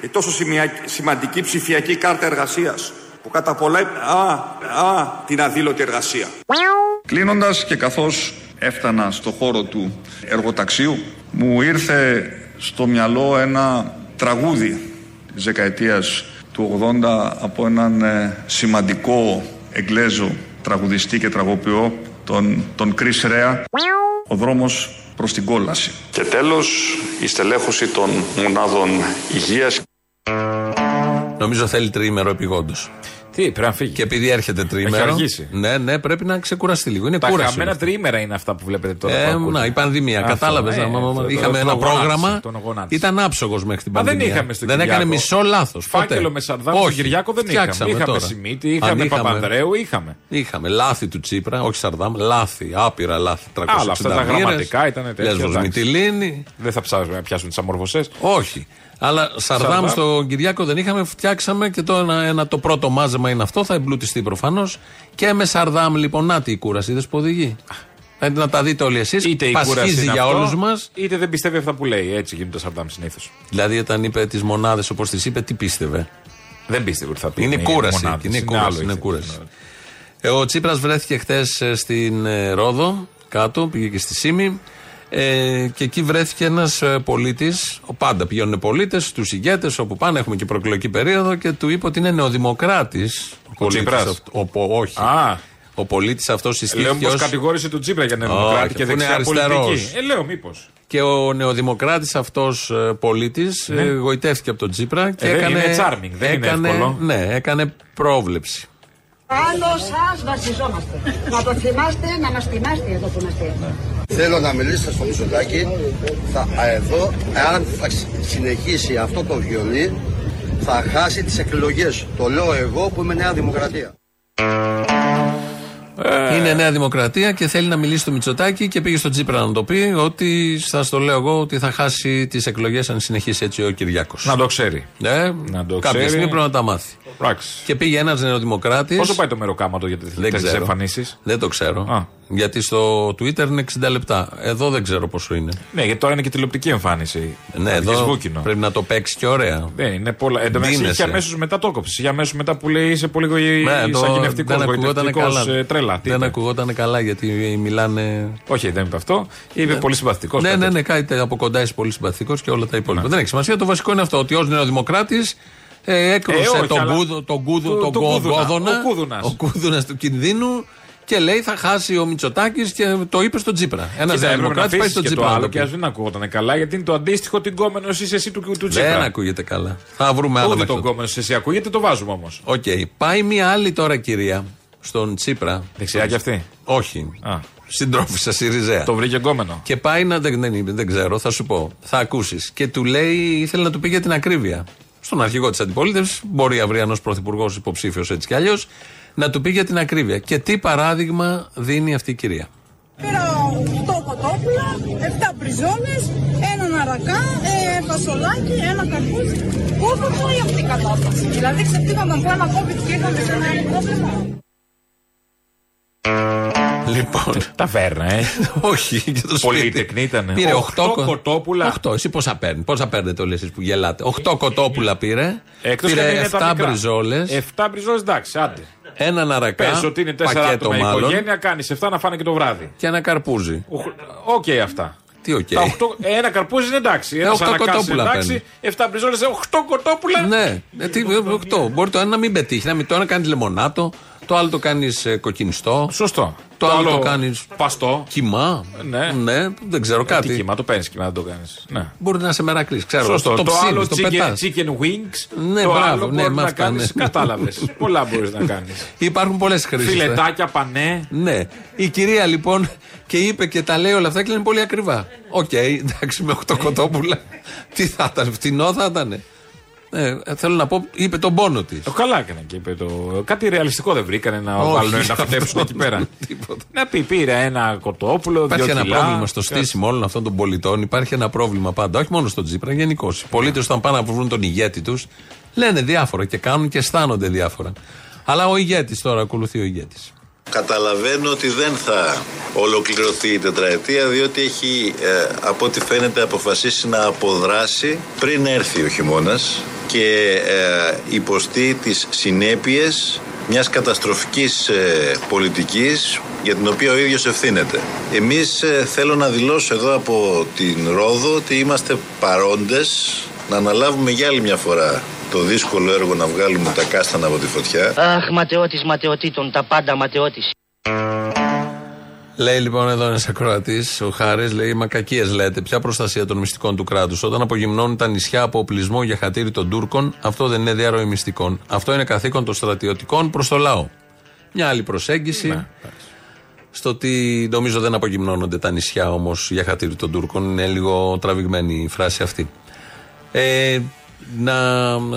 [SPEAKER 9] η τόσο σημεια- σημαντική ψηφιακή κάρτα εργασίας που καταπολέμει α, α, την αδήλωτη εργασία.
[SPEAKER 1] Κλείνοντας και καθώς έφτανα στο χώρο του εργοταξίου μου ήρθε στο μυαλό ένα τραγούδι της δεκαετίας του 80 από έναν ε, σημαντικό εγγλέζο τραγουδιστή και τραγοποιό τον, τον Chris Rea ο δρόμος προς την κόλαση. Και τέλος η στελέχωση των μονάδων υγείας
[SPEAKER 3] Νομίζω θέλει τριήμερο επιγόντως.
[SPEAKER 4] Τι, πρέπει να φύγει.
[SPEAKER 3] Και επειδή έρχεται τριήμερο.
[SPEAKER 4] αργήσει.
[SPEAKER 3] Ναι, ναι, πρέπει να ξεκουραστεί λίγο. Είναι
[SPEAKER 4] τα
[SPEAKER 3] κούραση.
[SPEAKER 4] χαμένα τριήμερα είναι αυτά που βλέπετε τώρα. που
[SPEAKER 3] Ε,
[SPEAKER 4] ακούτε.
[SPEAKER 3] να, η πανδημία.
[SPEAKER 4] Αυτό,
[SPEAKER 3] Κατάλαβες.
[SPEAKER 4] ε, αυτό, το-
[SPEAKER 3] είχαμε
[SPEAKER 4] τον
[SPEAKER 3] ένα
[SPEAKER 4] γονάτισε,
[SPEAKER 3] πρόγραμμα.
[SPEAKER 4] τον γονάτισε.
[SPEAKER 3] Ήταν άψογος μέχρι την
[SPEAKER 4] Μα δεν
[SPEAKER 3] πανδemία.
[SPEAKER 4] είχαμε στο
[SPEAKER 3] Δεν
[SPEAKER 4] Κυριάκο.
[SPEAKER 3] έκανε μισό λάθος.
[SPEAKER 4] Φάκελο με Σαρδάμ στον Κυριάκο δεν είχαμε. Είχαμε Σιμίτη, είχαμε Παπανδρέου, είχαμε.
[SPEAKER 3] Είχαμε λάθη του Τσίπρα, όχι Σαρδάμ, λάθη, άπειρα λάθη. 360
[SPEAKER 4] Άλλα, αυτά τα γραμματικά ήταν τέτοια,
[SPEAKER 3] Λέσβο
[SPEAKER 4] εντάξει.
[SPEAKER 3] Μιτιλίνη.
[SPEAKER 4] Δεν θα ψάξουμε να πιάσουν τις αμορφωσές.
[SPEAKER 3] Όχι. Αλλά Σαρδάμ,
[SPEAKER 4] Σαρδάμ.
[SPEAKER 3] στον Κυριάκο δεν είχαμε, φτιάξαμε και το, ένα, ένα- το πρώτο μάζεμα είναι αυτό, θα εμπλουτιστεί προφανώς. Και με Σαρδάμ, λοιπόν, να τη η κούραση, είδε που οδηγεί. Να, να τα δείτε όλοι εσείς.
[SPEAKER 4] Είτε η κούραση
[SPEAKER 3] Πασχίζει
[SPEAKER 4] είναι
[SPEAKER 3] για
[SPEAKER 4] αυτό,
[SPEAKER 3] όλους μας.
[SPEAKER 4] είτε δεν πιστεύει αυτά που λέει. Έτσι γίνονται Σαρδάμ συνήθως.
[SPEAKER 3] Δηλαδή, όταν είπε τις μονάδες όπως τις είπε, τι πίστευε.
[SPEAKER 4] Δεν πίστευε ότι θα πει.
[SPEAKER 3] Είναι κούραση,
[SPEAKER 4] μονάδες,
[SPEAKER 3] είναι κούραση,
[SPEAKER 4] άλλο
[SPEAKER 3] είναι
[SPEAKER 4] ήθελε.
[SPEAKER 3] κούραση. Ε, ο Τσίπρας βρέθηκε χθες στην ε, Ρόδο, κάτω, πήγε και στη Σίμη. Ε, και εκεί βρέθηκε ένας πολίτη. Πάντα πηγαίνουν πολίτες, τους ηγέτες, όπου πάνε, έχουμε και προεκλογική περίοδο. Και του είπε ότι είναι νεοδημοκράτης.
[SPEAKER 4] Τσίπρας?
[SPEAKER 3] Ο, πο- όχι.
[SPEAKER 4] Α, Ε,
[SPEAKER 3] Ο πολίτης αυτός
[SPEAKER 4] Λέω
[SPEAKER 3] συστήθηκε
[SPEAKER 4] μήπως
[SPEAKER 3] ως...
[SPEAKER 4] κατηγόρησε τον Τσίπρα για να
[SPEAKER 3] Όχι,
[SPEAKER 4] δημοκράτη και
[SPEAKER 3] αφού είναι
[SPEAKER 4] δεξιά πολιτική.
[SPEAKER 3] αριστερός.
[SPEAKER 4] Ε, λέω μήπως.
[SPEAKER 3] και ο νεοδημοκράτης αυτός πολίτη ε, γοητεύτηκε από τον Τσίπρα και
[SPEAKER 4] Ναι. Ε, δεν
[SPEAKER 3] έκανε.
[SPEAKER 4] είναι charming, δεν είναι
[SPEAKER 3] έκανε-
[SPEAKER 4] εύκολο.
[SPEAKER 3] Ναι, έκανε πρόβλεψη.
[SPEAKER 10] Πάνω σας βασιζόμαστε. Να το θυμάστε, να μας θυμάστε για το που είμαστε.
[SPEAKER 11] Θέλω να μιλήσω στο Μητσοτάκη. Θα, εδώ, εάν θα συνεχίσει αυτό το βιολί, θα χάσει τις εκλογές. Το λέω εγώ που είμαι Νέα Δημοκρατία.
[SPEAKER 4] Ε.
[SPEAKER 3] Είναι Νέα Δημοκρατία και θέλει να μιλήσει στο Μητσοτάκη και πήγε στον Τσίπρα να το πει ότι θα στο λέω εγώ ότι θα χάσει τις εκλογές αν συνεχίσει έτσι ο Κυριάκος.
[SPEAKER 4] Να το ξέρει.
[SPEAKER 3] Ναι,
[SPEAKER 4] να το
[SPEAKER 3] κάποια
[SPEAKER 4] ξέρει.
[SPEAKER 3] στιγμή πρέπει να τα μάθει.
[SPEAKER 4] Εντάξει.
[SPEAKER 3] Και πήγε ένας νεοδημοκράτης.
[SPEAKER 4] Πόσο πάει το μεροκάματο για
[SPEAKER 3] Δεν
[SPEAKER 4] τι
[SPEAKER 3] ξέρω.
[SPEAKER 4] εμφανίσεις.
[SPEAKER 3] Δεν το ξέρω.
[SPEAKER 4] Α.
[SPEAKER 3] Γιατί στο Twitter είναι 60 λεπτά. Εδώ δεν ξέρω πόσο είναι.
[SPEAKER 4] Ναι, γιατί τώρα είναι και τηλεοπτική εμφάνιση.
[SPEAKER 3] Ναι,
[SPEAKER 4] Δικής
[SPEAKER 3] εδώ
[SPEAKER 4] Βούκινο.
[SPEAKER 3] πρέπει να το παίξει και ωραία.
[SPEAKER 4] Ναι, είναι πολλά. Εν τω μεταξύ,
[SPEAKER 3] Δίνεσαι.
[SPEAKER 4] είχε αμέσως μετά το κόψη. Είχε αμέσως μετά που λέει είσαι πολύ γοη...
[SPEAKER 3] Ναι, το-
[SPEAKER 4] σαν κοινευτικό
[SPEAKER 3] δεν ακουγόταν καλά.
[SPEAKER 4] ε, τρέλα. Τι
[SPEAKER 3] δεν
[SPEAKER 4] είπε.
[SPEAKER 3] ακουγόταν καλά γιατί μιλάνε.
[SPEAKER 4] Όχι, δεν είπε αυτό. Είπε πολύ συμπαθητικός.
[SPEAKER 3] Ναι, ναι, ναι, κάτι από κοντά είσαι πολύ συμπαθητικός και όλα τα
[SPEAKER 4] Ναι.
[SPEAKER 3] υπόλοιπα. Δεν έχει σημασία. Το βασικό είναι αυτό ότι ως νεοδημοκράτης ε,
[SPEAKER 4] Ε,
[SPEAKER 3] έκρουσε
[SPEAKER 4] όχι,
[SPEAKER 3] τον
[SPEAKER 4] αλλά-
[SPEAKER 3] κούδο, τον κούδο,
[SPEAKER 4] το-
[SPEAKER 3] τον
[SPEAKER 4] το κούδουνα,
[SPEAKER 3] κόδωνα.
[SPEAKER 4] ο κούδουνας.
[SPEAKER 3] Ο κούδουνας του κινδύνου και λέει θα χάσει ο Μητσοτάκης και το είπε στον Τσίπρα. Ένας
[SPEAKER 4] Κοίτα, έπρεπε να
[SPEAKER 3] νεοδημοκράτη πάει
[SPEAKER 4] αφήσεις
[SPEAKER 3] στον
[SPEAKER 4] και το
[SPEAKER 3] Τσίπρα. να
[SPEAKER 4] άλλο
[SPEAKER 3] το
[SPEAKER 4] και
[SPEAKER 3] πει.
[SPEAKER 4] ας δεν ακούγονταν καλά γιατί είναι το αντίστοιχο την κόμενο είσαι εσύ του, του
[SPEAKER 3] Δεν
[SPEAKER 4] Τσίπρα.
[SPEAKER 3] ακούγεται καλά. Θα βρούμε άλλο
[SPEAKER 4] Ούτε
[SPEAKER 3] μέχρι
[SPEAKER 4] τον
[SPEAKER 3] τότε.
[SPEAKER 4] κόμενο εσύ ακούγεται, το βάζουμε όμως.
[SPEAKER 3] Οκ. Πάει μία άλλη τώρα κυρία στον Τσίπρα.
[SPEAKER 4] Δεξιά κι αυτή.
[SPEAKER 3] Όχι.
[SPEAKER 4] Α.
[SPEAKER 3] Συντρόφισσα Σιριζέα.
[SPEAKER 4] Το βρήκε κόμενο.
[SPEAKER 3] Και πάει να. Δεν, δεν, δεν ξέρω, θα σου πω. Θα ακούσεις. Και του λέει, ήθελε να του πει για την ακρίβεια. Στον αρχηγό της αντιπολίτευσης, μπορεί αυριανό πρωθυπουργός υποψήφιος έτσι κι αλλιώς, να του πει για την ακρίβεια. Και τι παράδειγμα δίνει αυτή η κυρία.
[SPEAKER 10] Πήρα 8 κοτόπουλα, 7 μπριζόλες, έναν αρακά, ε, φασολάκι, ένα καρπούζι. Πόσο μου η αυτή η κατάσταση. Δηλαδή ξεφύγαμε από ένα COVID και είχαμε σε ένα άλλο πρόβλημα.
[SPEAKER 3] Λοιπόν.
[SPEAKER 4] Ταβέρνα, ε.
[SPEAKER 3] Όχι, για το σπίτι.
[SPEAKER 4] Πολύτεκνη ήτανε.
[SPEAKER 3] Πήρε 8
[SPEAKER 4] Οκτώ κοτόπουλα.
[SPEAKER 3] 8, εσύ πόσα παίρνει. Πόσα παίρνετε όλοι εσείς που γελάτε. 8 κοτόπουλα πήρε.
[SPEAKER 4] Εκτός Ε, και αν
[SPEAKER 3] πήρε
[SPEAKER 4] είναι τα μικρά.
[SPEAKER 3] 7 μπριζόλε.
[SPEAKER 4] 7 μπριζόλε, εντάξει, άντε.
[SPEAKER 3] Έναν αρακά.
[SPEAKER 4] Πες ότι είναι 4
[SPEAKER 3] πακέτο
[SPEAKER 4] άτομα η
[SPEAKER 3] μάλλον.
[SPEAKER 4] οικογένεια, κάνεις 7 να φάνε και το βράδυ.
[SPEAKER 3] Και ένα καρπούζι.
[SPEAKER 4] Οχ- Οκ αυτά.
[SPEAKER 3] Τι οκ. Ε,
[SPEAKER 4] Τα οκτώ- ένα καρπούζι είναι εντάξει. Ένας
[SPEAKER 3] οκτώ
[SPEAKER 4] ανακάσι είναι
[SPEAKER 3] κοτόπουλα
[SPEAKER 4] εντάξει.
[SPEAKER 3] παίρνει.
[SPEAKER 4] Εφτά μπριζόλες, οχτώ κοτόπουλα.
[SPEAKER 3] Ναι, ε, τι, ε, οκτώ. Μπορεί το ένα να μην πετύχει. Να μην, το ένα κάνει λεμονάτο, το άλλο το κάνεις κοκκινιστό.
[SPEAKER 4] Σωστό.
[SPEAKER 3] Το άλλο το κάνεις-
[SPEAKER 4] Παστό.
[SPEAKER 3] Κοιμά.
[SPEAKER 4] Ναι.
[SPEAKER 3] δεν ξέρω
[SPEAKER 4] Κάτι
[SPEAKER 3] κάτι.
[SPEAKER 4] κύμα, το παίρνεις και να το κάνεις. Ναι.
[SPEAKER 3] Μπορεί να σε μερακλείς, ξέρω.
[SPEAKER 4] Σωστό.
[SPEAKER 3] Το,
[SPEAKER 4] Το,
[SPEAKER 3] ψήνεις,
[SPEAKER 4] άλλο
[SPEAKER 3] το
[SPEAKER 4] chicken,
[SPEAKER 3] πετάς.
[SPEAKER 4] chicken wings.
[SPEAKER 3] Ναι,
[SPEAKER 4] το
[SPEAKER 3] μπράβο,
[SPEAKER 4] άλλο
[SPEAKER 3] ναι,
[SPEAKER 4] μπορείς
[SPEAKER 3] με
[SPEAKER 4] να
[SPEAKER 3] αυτά,
[SPEAKER 4] κάνει.
[SPEAKER 3] ναι.
[SPEAKER 4] Κατάλαβες. Πολλά μπορείς να κάνεις.
[SPEAKER 3] Υπάρχουν πολλές χρήσεις.
[SPEAKER 4] Φιλετάκια, πανέ.
[SPEAKER 3] Ναι. Η κυρία λοιπόν και είπε και τα λέει όλα αυτά και λένε πολύ ακριβά. Οκ, εντάξει, με
[SPEAKER 4] Ναι.
[SPEAKER 3] 8 κοτόπουλα. Τι θα ήταν, φτηνό θα ήταν. Ε, θέλω να πω, είπε τον πόνο της.
[SPEAKER 4] Το Ε, καλά έκανε και είπε το. Κάτι ρεαλιστικό δεν βρήκανε να
[SPEAKER 3] Όχι,
[SPEAKER 4] βάλουν να
[SPEAKER 3] αυτό,
[SPEAKER 4] φυτέψουν εκεί πέρα.
[SPEAKER 3] τίποτα.
[SPEAKER 4] Να πει, πήρα ένα κοτόπουλο.
[SPEAKER 3] Υπάρχει
[SPEAKER 4] δύο
[SPEAKER 3] ένα
[SPEAKER 4] κιλά.
[SPEAKER 3] πρόβλημα στο στήσιμο όλων αυτών των πολιτών. Υπάρχει ένα πρόβλημα πάντα. Όχι μόνο στον Τσίπρα, γενικώ. Οι πολίτες, όταν πάνε να βρουν τον ηγέτη τους, λένε διάφορα και κάνουν και αισθάνονται διάφορα. Αλλά ο ηγέτης τώρα, ακολουθεί ο ηγέτης.
[SPEAKER 12] Καταλαβαίνω ότι δεν θα ολοκληρωθεί η τετραετία διότι έχει ε, από ό,τι φαίνεται αποφασίσει να αποδράσει πριν έρθει ο χειμώνας και ε, υποστεί τις συνέπειες μιας καταστροφικής ε, πολιτικής για την οποία ο ίδιος ευθύνεται. Εμείς ε, θέλω να δηλώσω εδώ από την Ρόδο ότι είμαστε παρόντες να αναλάβουμε για άλλη μια φορά το δύσκολο έργο να βγάλουμε τα κάστανα από τη φωτιά.
[SPEAKER 10] Αχ, ματαιώτης ματαιωτήτων, τα πάντα ματαιώτης.
[SPEAKER 3] Λέει λοιπόν εδώ ένας ακροατής, ο Χάρης, λέει: Μακακίε λέτε. Ποια προστασία των μυστικών του κράτους. Όταν απογυμνώνουν τα νησιά από οπλισμό για χατήρι των Τούρκων, αυτό δεν είναι διάρροη μυστικών. Αυτό είναι καθήκον των στρατιωτικών προς το λαό. Μια άλλη προσέγγιση.
[SPEAKER 4] Ναι,
[SPEAKER 3] στο ότι νομίζω δεν απογυμνώνονται τα νησιά όμως για χατήρι των Τούρκων. Είναι λίγο τραβηγμένη η φράση αυτή. Ε, να,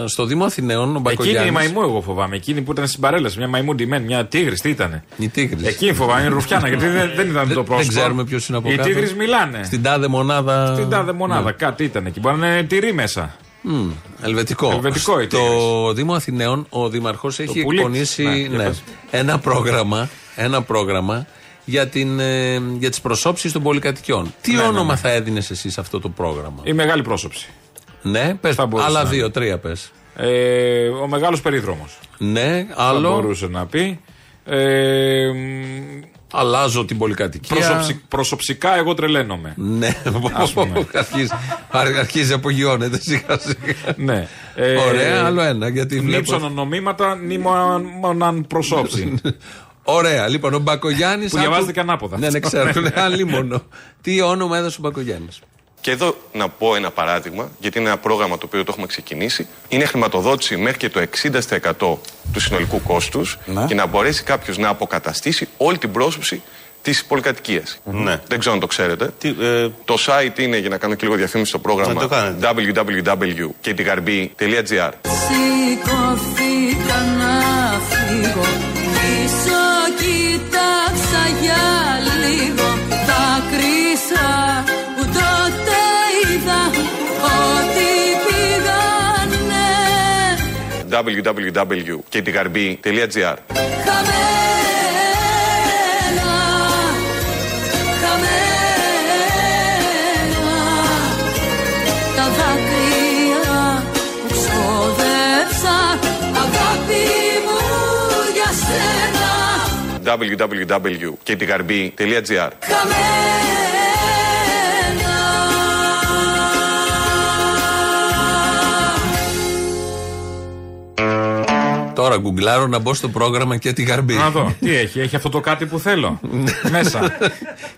[SPEAKER 3] στο Δήμο Αθηναίων, ο
[SPEAKER 4] Ε, Εκείνη η
[SPEAKER 3] Μπακογιάννης,
[SPEAKER 4] μαϊμού, εγώ φοβάμαι. Εκείνη που ήταν στην παρέλαση. Μια μαϊμού ντυμένη, μια τίγρης, τι ήταν.
[SPEAKER 3] η Τίγρης.
[SPEAKER 4] Εκείνη φοβάμαι, είναι ρουφιάνα, γιατί δεν, δεν ήταν
[SPEAKER 3] Δεν-
[SPEAKER 4] το
[SPEAKER 3] δεν
[SPEAKER 4] πρόσωπο.
[SPEAKER 3] ξέρουμε ποιος είναι από
[SPEAKER 4] Οι
[SPEAKER 3] κάτω.
[SPEAKER 4] τίγρε μιλάνε.
[SPEAKER 3] Στην τάδε μονάδα.
[SPEAKER 4] Στην τάδε μονάδα,
[SPEAKER 3] Ναι.
[SPEAKER 4] κάτι ήταν εκεί. Μπορεί να είναι τυρί μέσα.
[SPEAKER 3] Μμμ, ελβετικό.
[SPEAKER 4] Ελβετικό η
[SPEAKER 3] Το Δήμο Αθηναίων, ο Δήμαρχο έχει
[SPEAKER 4] Πουλίτης.
[SPEAKER 3] εκπονήσει
[SPEAKER 4] Ναι, για
[SPEAKER 3] ναι,
[SPEAKER 4] πες.
[SPEAKER 3] ένα πρόγραμμα. Ένα πρόγραμμα για, την, ε, για τις προσώψεις των πολυκατοικιών. Τι
[SPEAKER 4] Ναι, ναι,
[SPEAKER 3] όνομα
[SPEAKER 4] ναι.
[SPEAKER 3] θα έδινες εσύ σε αυτό το πρόγραμμα.
[SPEAKER 4] Η μεγάλη πρόσωψη.
[SPEAKER 3] Ναι, πες,
[SPEAKER 4] Θα μπορούσε
[SPEAKER 3] άλλα
[SPEAKER 4] να είναι.
[SPEAKER 3] δύο-τρία πες.
[SPEAKER 4] Ε, ο μεγάλος περίδρομος.
[SPEAKER 3] Ναι,
[SPEAKER 4] Θα
[SPEAKER 3] άλλο.
[SPEAKER 4] μπορούσε να πει. Ε, μ,
[SPEAKER 3] Αλλάζω την πολυκατοικία.
[SPEAKER 4] προσωψη- προσωψικά, εγώ τρελαίνομαι.
[SPEAKER 3] Ναι,
[SPEAKER 4] Ας πούμε.
[SPEAKER 3] αρχίζει, αρ- αρχίζει απογειώνεται σιγά σιγά.
[SPEAKER 4] Ναι. Ε,
[SPEAKER 3] Ωραία, άλλο ένα. Γιατί βλέπω... Ναι.
[SPEAKER 4] Νύψωνο νομίματα, νήμωναν προσώψη.
[SPEAKER 3] Ωραία. Λοιπόν, ο Μπακογιάννης.
[SPEAKER 4] Που διαβάζεται και ανάποδα.
[SPEAKER 3] Ναι, ναι, ξέρω. Ναι, αλίμονο. Τι όνομα έδωσε ο Μπακογιάννης.
[SPEAKER 13] Και εδώ να πω ένα παράδειγμα, γιατί είναι ένα πρόγραμμα το οποίο το έχουμε ξεκινήσει. Είναι χρηματοδότηση μέχρι και το 60% του συνολικού κόστους και να μπορέσει κάποιος να αποκαταστήσει όλη την πρόσωψη της πολυκατοικίας.
[SPEAKER 12] Ναι.
[SPEAKER 13] Δεν ξέρω αν το ξέρετε. Το site είναι, για να κάνω και λίγο διαφήμιση στο πρόγραμμα,
[SPEAKER 12] Να το
[SPEAKER 13] www.ktigαρμπή.gr.
[SPEAKER 14] Σηκώθηκα να φύγω Πίσω κοίταξα για λίγο Τα κρίσα που τότε είδα Ότι πήγανε
[SPEAKER 13] www.ktigαρμπή.gr.
[SPEAKER 14] Χαμένα Χαμένα Τα δάκρυα που ξόδεψα Αγάπη μου για σένα
[SPEAKER 13] www.ktigαρμπή.gr.
[SPEAKER 3] Τώρα γκουγκλάρω να μπω στο πρόγραμμα και την καρμπή.
[SPEAKER 4] Να δω. Τι έχει, έχει αυτό το κάτι που θέλω. Μέσα.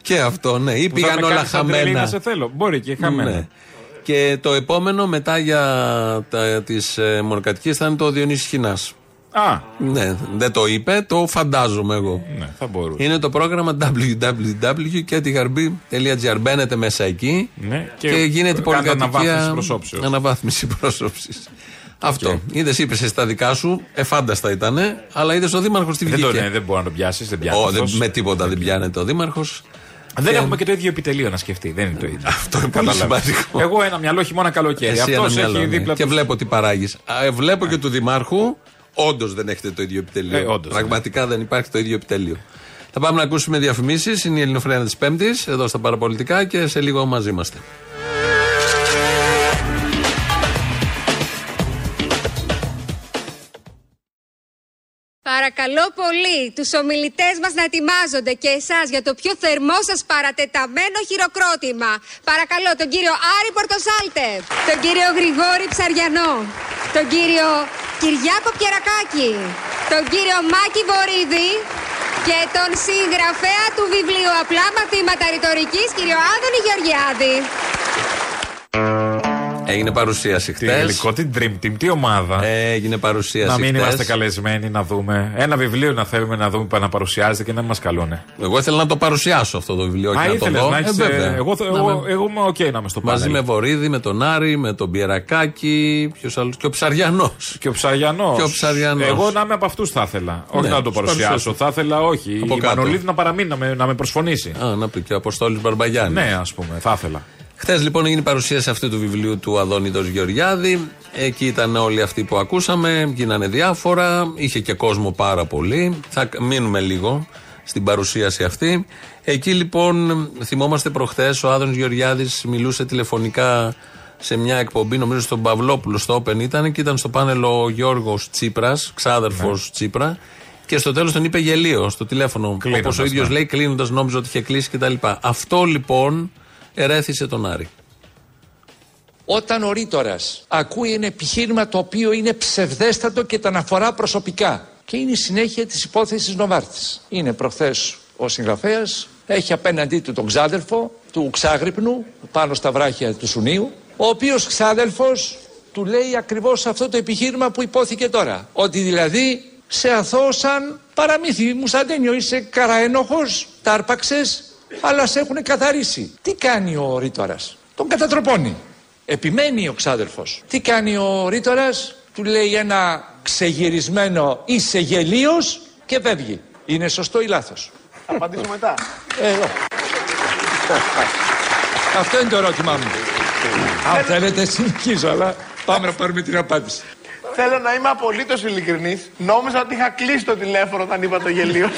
[SPEAKER 3] και αυτό, ναι. Ή
[SPEAKER 4] Που θα
[SPEAKER 3] Ναι. πήγαν
[SPEAKER 4] με
[SPEAKER 3] όλα
[SPEAKER 4] κάνεις σαν τρελή να
[SPEAKER 3] χαμένα.
[SPEAKER 4] σε θέλω. Μπορεί και χαμένα.
[SPEAKER 3] Ναι. Και το επόμενο μετά για τα, τις ε, μονοκατοικίες θα είναι το Διονύσης Χινάς.
[SPEAKER 4] Α.
[SPEAKER 3] Ναι, δεν το είπε, το φαντάζομαι εγώ.
[SPEAKER 4] Ναι, θα μπορούσε.
[SPEAKER 3] Είναι το πρόγραμμα www.ketigarbi.gr. Μπαίνετε μέσα εκεί
[SPEAKER 4] Ναι,
[SPEAKER 3] και,
[SPEAKER 4] και κάντε
[SPEAKER 3] γίνεται η πολυκατοικία.
[SPEAKER 4] αναβάθμιση προσώψεως.
[SPEAKER 3] Αναβάθμιση προσώψης. Αυτό. Είδες, είπες στα δικά σου, εφάνταστα ήταν, αλλά είδες ο Δήμαρχος τι
[SPEAKER 4] Δεν,
[SPEAKER 3] βγήκε.
[SPEAKER 4] το, ναι, δεν μπορεί να τον πιάσεις, δεν πιάνει.
[SPEAKER 3] Ω,
[SPEAKER 4] αυτός.
[SPEAKER 3] δεν- με τίποτα δεν πιάνεται ο Δήμαρχος.
[SPEAKER 4] Δεν έχουμε και το ίδιο επιτελείο να σκεφτεί. Δεν είναι το ίδιο. Αυτό
[SPEAKER 3] είναι πολύ σημαντικό.
[SPEAKER 4] Εγώ ένα μυαλό χειμώνα καλοκαίρι.
[SPEAKER 3] Εσύ ένα
[SPEAKER 4] Αυτό
[SPEAKER 3] μυαλό,
[SPEAKER 4] έχει
[SPEAKER 3] ναι.
[SPEAKER 4] δίπλα
[SPEAKER 3] Και
[SPEAKER 4] του.
[SPEAKER 3] βλέπω τι παράγεις. Βλέπω και του Δημάρχου. Όντως δεν έχετε το ίδιο επιτελείο.
[SPEAKER 4] Ε, όντως,
[SPEAKER 3] Πραγματικά δεν υπάρχει το ίδιο επιτελείο. Θα πάμε να ακούσουμε διαφημίσεις. Είναι η Ελληνοφρένα της Πέμπτης, εδώ στα Παραπολιτικά και σε λίγο μαζί είμαστε.
[SPEAKER 15] Παρακαλώ πολύ τους ομιλητές μας να ετοιμάζονται και εσάς για το πιο θερμό σας παρατεταμένο χειροκρότημα. Παρακαλώ τον κύριο Άρη Πορτοσάλτε, τον κύριο Γρηγόρη Ψαριανό, τον κύριο Κυριάκο Πιερακάκη, τον κύριο Μάκη Βορύδη και τον συγγραφέα του βιβλίου Απλά Μαθήματα Ρητορικής, κύριο Άδωνη Γεωργιάδη.
[SPEAKER 3] Έγινε παρουσίαση
[SPEAKER 4] Τι
[SPEAKER 3] χθε.
[SPEAKER 4] υλικό, τι dream team, τι ομάδα.
[SPEAKER 3] Έγινε παρουσίαση.
[SPEAKER 4] Να μην
[SPEAKER 3] Ε, χτες.
[SPEAKER 4] είμαστε καλεσμένοι να δούμε. Ένα βιβλίο να θέλουμε να δούμε να παρουσιάζεται και να μην μας καλούνε.
[SPEAKER 3] Εγώ ήθελα να το παρουσιάσω αυτό το βιβλίο.
[SPEAKER 4] Α,
[SPEAKER 3] και να το
[SPEAKER 4] ήθελες
[SPEAKER 3] δω.
[SPEAKER 4] να
[SPEAKER 3] Ε,
[SPEAKER 4] έχει.
[SPEAKER 3] βέβαια.
[SPEAKER 4] εγώ, θα-
[SPEAKER 3] Να
[SPEAKER 4] εγώ,
[SPEAKER 3] με-
[SPEAKER 4] εγώ είμαι οκ να είμαι στο
[SPEAKER 3] Μαζί
[SPEAKER 4] πάνελ.
[SPEAKER 3] με Βορύδη, με τον Άρη, με τον Πιερακάκη, ποιος άλλος, και ο Ψαριανός.
[SPEAKER 4] Και ο Ψαριανός.
[SPEAKER 3] Και ο Ψαριανός.
[SPEAKER 4] Εγώ να είμαι από αυτούς θα ήθελα. Όχι
[SPEAKER 3] Ναι,
[SPEAKER 4] να το
[SPEAKER 3] τους
[SPEAKER 4] παρουσιάσω.
[SPEAKER 3] παρουσιάζεις.
[SPEAKER 4] Θα ήθελα, όχι.
[SPEAKER 3] Από
[SPEAKER 4] η
[SPEAKER 3] κάτω.
[SPEAKER 4] Μανολίδη να παραμείνει, να με, να με προσφωνήσει.
[SPEAKER 3] Α, να πει και ο Αποστόλης Μπαρμπαγιάννης.
[SPEAKER 4] Ναι, ας πούμε, θα ήθελα.
[SPEAKER 3] Χθες λοιπόν έγινε η παρουσίαση αυτού του βιβλίου του Αδόνιδος Γεωργιάδη. Εκεί ήταν όλοι αυτοί που ακούσαμε, γίνανε διάφορα, είχε και κόσμο πάρα πολύ. Θα μείνουμε λίγο στην παρουσίαση αυτή. Εκεί λοιπόν, θυμόμαστε προχθές, ο Άδωνης Γεωργιάδης μιλούσε τηλεφωνικά σε μια εκπομπή, νομίζω στον Παυλόπουλο, στο Open ήταν και ήταν στο πάνελ ο Γιώργος Τσίπρας, ξάδερφος Τσίπρα. Και στο τέλος τον είπε γελίο στο τηλέφωνο.
[SPEAKER 4] Κλείνοντας,
[SPEAKER 3] Όπως ο ίδιος
[SPEAKER 4] ναι.
[SPEAKER 3] λέει, κλείνοντας, νόμιζε ότι είχε κλείσει κτλ. Αυτό λοιπόν ερέθησε τον Άρη.
[SPEAKER 16] Όταν ο ρήτορας ακούει ένα επιχείρημα το οποίο είναι ψευδέστατο και τα αναφορά προσωπικά και είναι η συνέχεια της υπόθεσης Νοβάρτης. Είναι προχθές ο συγγραφέας, έχει απέναντί του τον ξάδελφο του Ξάγρυπνου πάνω στα βράχια του Σουνίου, ο οποίος ξάδελφος του λέει ακριβώς αυτό το επιχείρημα που υπόθηκε τώρα. Ότι δηλαδή σε αθώο σαν παραμύθι, μουσαντένιο, είσαι καραένοχος, τάρπαξες, αλλά σε έχουν καθαρίσει. Τι κάνει ο ρήτορας, τον κατατροπώνει. Επιμένει ο ξάδελφος. Τι κάνει ο ρήτορας, του λέει ένα ξεγυρισμένο είσαι γελίος και φεύγει. Είναι σωστό ή λάθος.
[SPEAKER 17] Απαντήσω μετά.
[SPEAKER 16] Εδώ. Αυτό είναι το ερώτημά μου. Αν θέλετε συνεχίζω, αλλά πάμε να πάρουμε την απάντηση.
[SPEAKER 17] Θέλω να είμαι απολύτως ειλικρινής. Νόμιζα ότι είχα κλείσει το τηλέφωνο όταν είπα το γελίο.